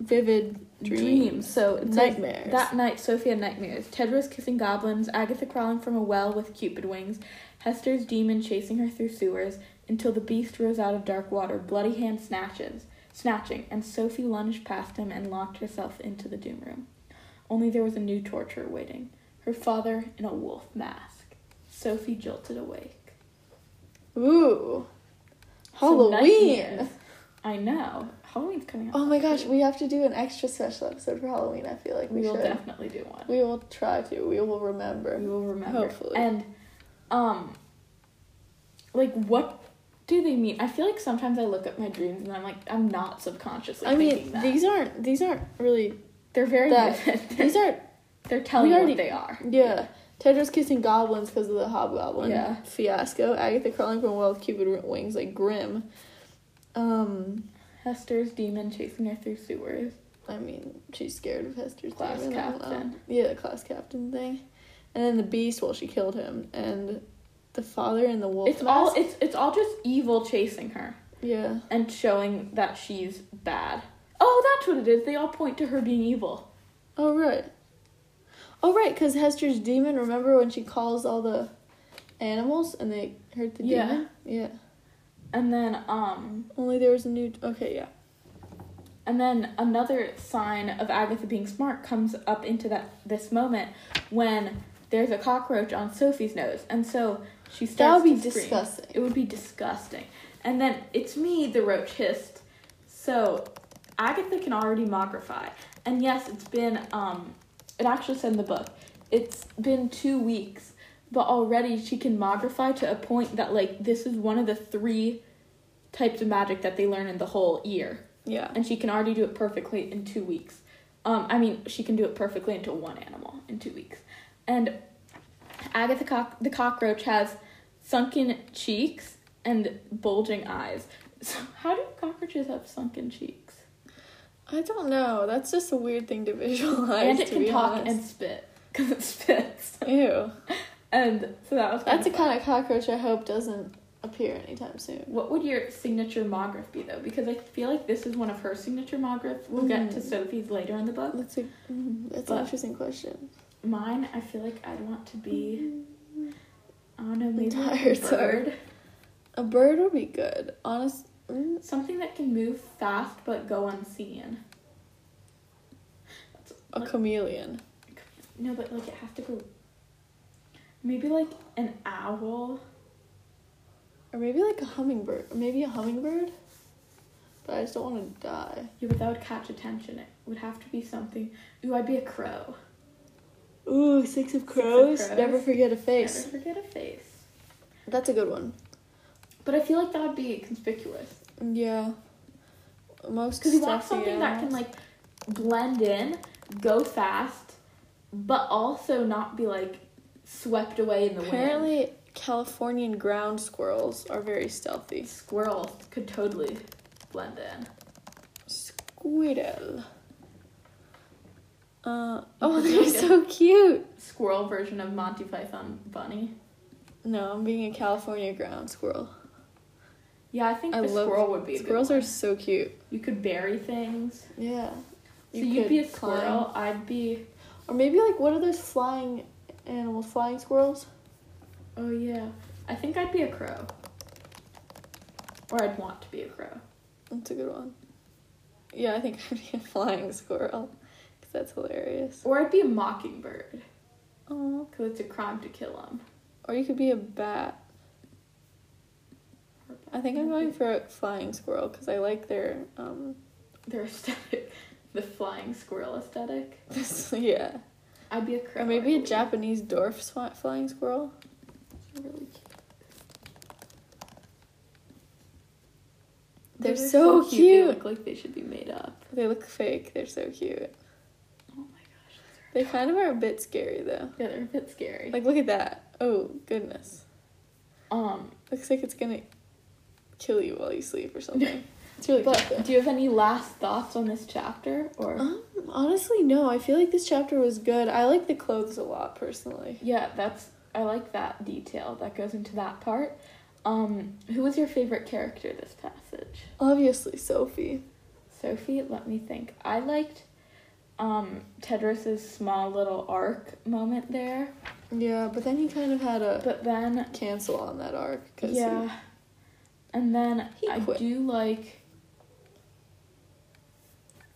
[SPEAKER 2] Vivid
[SPEAKER 1] dreams.
[SPEAKER 2] dreams.
[SPEAKER 1] So it says,
[SPEAKER 2] Nightmares.
[SPEAKER 1] that night, Sophie had nightmares. Ted Rose kissing goblins, Agatha crawling from a well with cupid wings, Hester's demon chasing her through sewers until the beast rose out of dark water, bloody hand snatches, snatching, and Sophie lunged past him and locked herself into the doom room. Only there was a new torture waiting. Her father in a wolf mask. Sophie jolted awake.
[SPEAKER 2] Ooh.
[SPEAKER 1] Some
[SPEAKER 2] Halloween.
[SPEAKER 1] nightmares. I know. Halloween's coming up.
[SPEAKER 2] Oh my gosh, we have to do an extra special episode for Halloween. I feel like
[SPEAKER 1] we
[SPEAKER 2] we,
[SPEAKER 1] will
[SPEAKER 2] should.
[SPEAKER 1] definitely do one.
[SPEAKER 2] we will try to. We will remember.
[SPEAKER 1] We will remember.
[SPEAKER 2] Hopefully.
[SPEAKER 1] And um like what do they mean? I feel like sometimes I look at my dreams and I'm like I'm not subconsciously
[SPEAKER 2] I
[SPEAKER 1] thinking
[SPEAKER 2] mean,
[SPEAKER 1] that.
[SPEAKER 2] these aren't these aren't really
[SPEAKER 1] they're very
[SPEAKER 2] that-
[SPEAKER 1] vivid. They're,
[SPEAKER 2] these aren't
[SPEAKER 1] [LAUGHS] they're telling you
[SPEAKER 2] already-
[SPEAKER 1] what they are.
[SPEAKER 2] Yeah. Tedra's kissing goblins because of the hobgoblin
[SPEAKER 1] Yeah.
[SPEAKER 2] fiasco. Agatha crawling from a well with cupid w- wings, like grim. Um,
[SPEAKER 1] Hester's demon chasing her through sewers.
[SPEAKER 2] I mean, she's scared of Hester's
[SPEAKER 1] Class
[SPEAKER 2] demon, I don't know.
[SPEAKER 1] captain.
[SPEAKER 2] Yeah, the class captain thing, and then the beast. Well, she killed him, and the father and the wolf.
[SPEAKER 1] It's all
[SPEAKER 2] mask.
[SPEAKER 1] it's it's all just evil chasing her
[SPEAKER 2] yeah,
[SPEAKER 1] and showing that she's bad. Oh, that's what it is. They all point to her being evil.
[SPEAKER 2] Oh right. Oh right, because Hester's demon. Remember when she calls all the animals and they hurt the
[SPEAKER 1] Yeah.
[SPEAKER 2] demon? Yeah.
[SPEAKER 1] And then um
[SPEAKER 2] Only there was a new. Okay, yeah.
[SPEAKER 1] And then another sign of Agatha being smart comes up into that this moment when there's a cockroach on Sophie's nose, and so she
[SPEAKER 2] That
[SPEAKER 1] starts
[SPEAKER 2] would be
[SPEAKER 1] to scream.
[SPEAKER 2] disgusting.
[SPEAKER 1] It would be disgusting. And then it's me, the roach hissed. So Agatha can already mogrify, and yes, it's been um, it actually said in the book, it's been two weeks, but already she can mogrify to a point that like this is one of the three types of magic that they learn in the whole year
[SPEAKER 2] Yeah.
[SPEAKER 1] and she can already do it perfectly in two weeks. Um, I mean, she can do it perfectly into one animal in two weeks. And Agatha cock- the cockroach has sunken cheeks and bulging eyes. So how do cockroaches have sunken cheeks?
[SPEAKER 2] I don't know. That's just a weird thing to [LAUGHS] visualize.
[SPEAKER 1] and it
[SPEAKER 2] to
[SPEAKER 1] can
[SPEAKER 2] be
[SPEAKER 1] talk
[SPEAKER 2] honest.
[SPEAKER 1] and spit because it spits.
[SPEAKER 2] [LAUGHS] Ew.
[SPEAKER 1] And so that was.
[SPEAKER 2] That's the
[SPEAKER 1] of fun.
[SPEAKER 2] kind of cockroach I hope doesn't appear anytime soon.
[SPEAKER 1] What would your signature mograph be though? Because I feel like this is one of her signature mograph. We'll get to
[SPEAKER 2] Mm.
[SPEAKER 1] Sophie's later in the book.
[SPEAKER 2] That's a mm, that's
[SPEAKER 1] But-
[SPEAKER 2] an interesting question.
[SPEAKER 1] Mine,
[SPEAKER 2] Mm-hmm.
[SPEAKER 1] I feel like I'd want to be. I don't know, maybe
[SPEAKER 2] tired,
[SPEAKER 1] a bird.
[SPEAKER 2] A bird would be good. Honest. mm,
[SPEAKER 1] Something that can move fast but go unseen.
[SPEAKER 2] A chameleon.
[SPEAKER 1] No, but like it has to go. Maybe like an owl.
[SPEAKER 2] Or maybe like a hummingbird. Or maybe a hummingbird. But I just don't want to die.
[SPEAKER 1] Yeah, but that would catch attention. It would have to be something. Ooh, I'd be a crow.
[SPEAKER 2] Ooh, six of
[SPEAKER 1] crows.
[SPEAKER 2] Never forget a face.
[SPEAKER 1] Never forget a face.
[SPEAKER 2] That's a good one.
[SPEAKER 1] But I feel like that would be conspicuous.
[SPEAKER 2] Yeah. Most
[SPEAKER 1] Because you want
[SPEAKER 2] stuffy
[SPEAKER 1] something that can
[SPEAKER 2] animals.
[SPEAKER 1] like blend in, go fast, but also not be like swept away in the wind.
[SPEAKER 2] Apparently, Californian ground squirrels are very stealthy.
[SPEAKER 1] Squirrels could totally blend in.
[SPEAKER 2] Squirrel. Uh, oh, [LAUGHS]
[SPEAKER 1] could
[SPEAKER 2] they're
[SPEAKER 1] make
[SPEAKER 2] so cute.
[SPEAKER 1] Squirrel version of Monty Python bunny.
[SPEAKER 2] No, I'm being a California ground squirrel.
[SPEAKER 1] Yeah, I think
[SPEAKER 2] I
[SPEAKER 1] the
[SPEAKER 2] love-
[SPEAKER 1] squirrel would be. A
[SPEAKER 2] Squirrels
[SPEAKER 1] good
[SPEAKER 2] are
[SPEAKER 1] one.
[SPEAKER 2] so cute.
[SPEAKER 1] You could bury things.
[SPEAKER 2] Yeah.
[SPEAKER 1] So you'd be a
[SPEAKER 2] could climb.
[SPEAKER 1] squirrel. I'd be.
[SPEAKER 2] Or maybe like what are those flying animals? Flying squirrels?
[SPEAKER 1] Oh yeah. I think I'd be a crow. Or I'd want to be a crow.
[SPEAKER 2] That's a good one. Yeah, I think [LAUGHS] I'd be a flying squirrel. 'Cause that's hilarious.
[SPEAKER 1] Or I'd be a mockingbird.
[SPEAKER 2] Aw.
[SPEAKER 1] Because it's a crime to kill them.
[SPEAKER 2] Or you could be a bat. I think I'm going for a flying squirrel because I like their um.
[SPEAKER 1] [LAUGHS]
[SPEAKER 2] [LAUGHS]
[SPEAKER 1] Their aesthetic. The flying squirrel aesthetic.
[SPEAKER 2] This, yeah.
[SPEAKER 1] I'd be a crow.
[SPEAKER 2] Or
[SPEAKER 1] I
[SPEAKER 2] maybe a
[SPEAKER 1] believe.
[SPEAKER 2] Japanese dwarf swa- flying squirrel.
[SPEAKER 1] Really cute.
[SPEAKER 2] They're
[SPEAKER 1] Those are
[SPEAKER 2] so
[SPEAKER 1] They
[SPEAKER 2] cute.
[SPEAKER 1] look like they should be made up.
[SPEAKER 2] They look fake. They're so cute.
[SPEAKER 1] Oh my gosh.
[SPEAKER 2] They kind of are a bit scary though.
[SPEAKER 1] those are- Yeah, they're a bit scary.
[SPEAKER 2] Like look at that. Oh goodness.
[SPEAKER 1] um,
[SPEAKER 2] Looks like it's gonna kill you while you sleep or [LAUGHS] something. it's really cute. though.
[SPEAKER 1] but do you have any last thoughts on this chapter? Or
[SPEAKER 2] Um, honestly, no. I feel like this chapter was good. I like the clothes a lot personally.
[SPEAKER 1] yeah, that's I like that detail that goes into that part. Um, who was your favorite character this passage?
[SPEAKER 2] Obviously, Sophie.
[SPEAKER 1] Sophie, let me think. I liked um Tedris's small little arc moment there.
[SPEAKER 2] Yeah, but then he kind of had a
[SPEAKER 1] But then
[SPEAKER 2] cancel on that arc because
[SPEAKER 1] yeah. And then
[SPEAKER 2] He
[SPEAKER 1] I
[SPEAKER 2] quit.
[SPEAKER 1] do like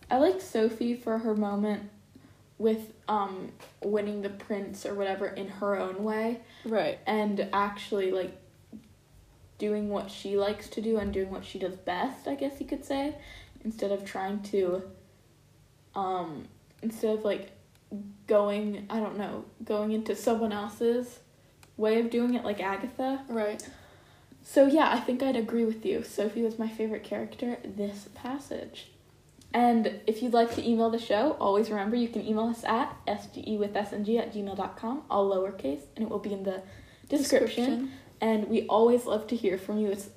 [SPEAKER 1] I like Sophie for her moment with um winning the prince or whatever in her own way
[SPEAKER 2] right.
[SPEAKER 1] and actually like doing what she likes to do and doing what she does best, I guess you could say, instead of trying to um instead of like going, I don't know, going into someone else's way of doing it like Agatha.
[SPEAKER 2] Right.
[SPEAKER 1] So yeah, I think I'd agree with you. Sophie was my favorite character this passage. And if you'd like to email the show, always remember you can email us at sgewithsng at gmail.com, all lowercase, and it will be in the description. And we always love to hear from you. It's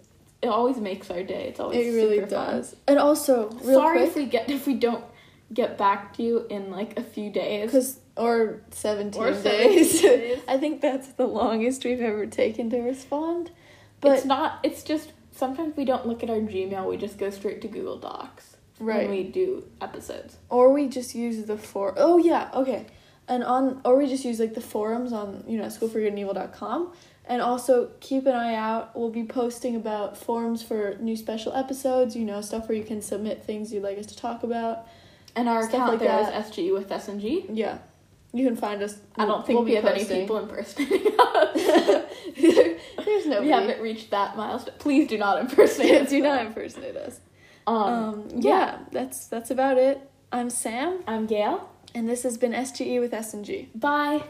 [SPEAKER 1] it always makes our day. It's always
[SPEAKER 2] It really
[SPEAKER 1] super fun.
[SPEAKER 2] does. And also, real
[SPEAKER 1] Sorry
[SPEAKER 2] quick,
[SPEAKER 1] if we get if we don't get back to you in like a few days.
[SPEAKER 2] Cause or seventeen
[SPEAKER 1] Or 17 [LAUGHS]
[SPEAKER 2] days.
[SPEAKER 1] days.
[SPEAKER 2] [LAUGHS] I think that's the longest we've ever taken to respond.
[SPEAKER 1] But
[SPEAKER 2] But
[SPEAKER 1] it's not it's just sometimes we don't look at our Gmail, we just go straight to Google Docs
[SPEAKER 2] Right.
[SPEAKER 1] when we do episodes.
[SPEAKER 2] or we just use the for oh yeah okay, and on or we just use like the forums on you know schoolforgoodandevil.com. and also keep an eye out. We'll be posting about forums for new special episodes. You know stuff where you can submit things you'd like us to talk about.
[SPEAKER 1] And our
[SPEAKER 2] Stuff
[SPEAKER 1] account
[SPEAKER 2] like
[SPEAKER 1] there is
[SPEAKER 2] that.
[SPEAKER 1] SGE with SNG.
[SPEAKER 2] Yeah, you can find us.
[SPEAKER 1] I don't think
[SPEAKER 2] we'll
[SPEAKER 1] we
[SPEAKER 2] be
[SPEAKER 1] have
[SPEAKER 2] posting.
[SPEAKER 1] any people impersonating us.
[SPEAKER 2] [LAUGHS]
[SPEAKER 1] [LAUGHS]
[SPEAKER 2] There's nobody.
[SPEAKER 1] we haven't reached that milestone. Please do not impersonate us.
[SPEAKER 2] [LAUGHS] Do not
[SPEAKER 1] though.
[SPEAKER 2] impersonate us.
[SPEAKER 1] Um,
[SPEAKER 2] um yeah,
[SPEAKER 1] yeah.
[SPEAKER 2] that's that's about it i'm sam
[SPEAKER 1] I'm Gail.
[SPEAKER 2] and this has been sge E with s and g
[SPEAKER 1] Bye.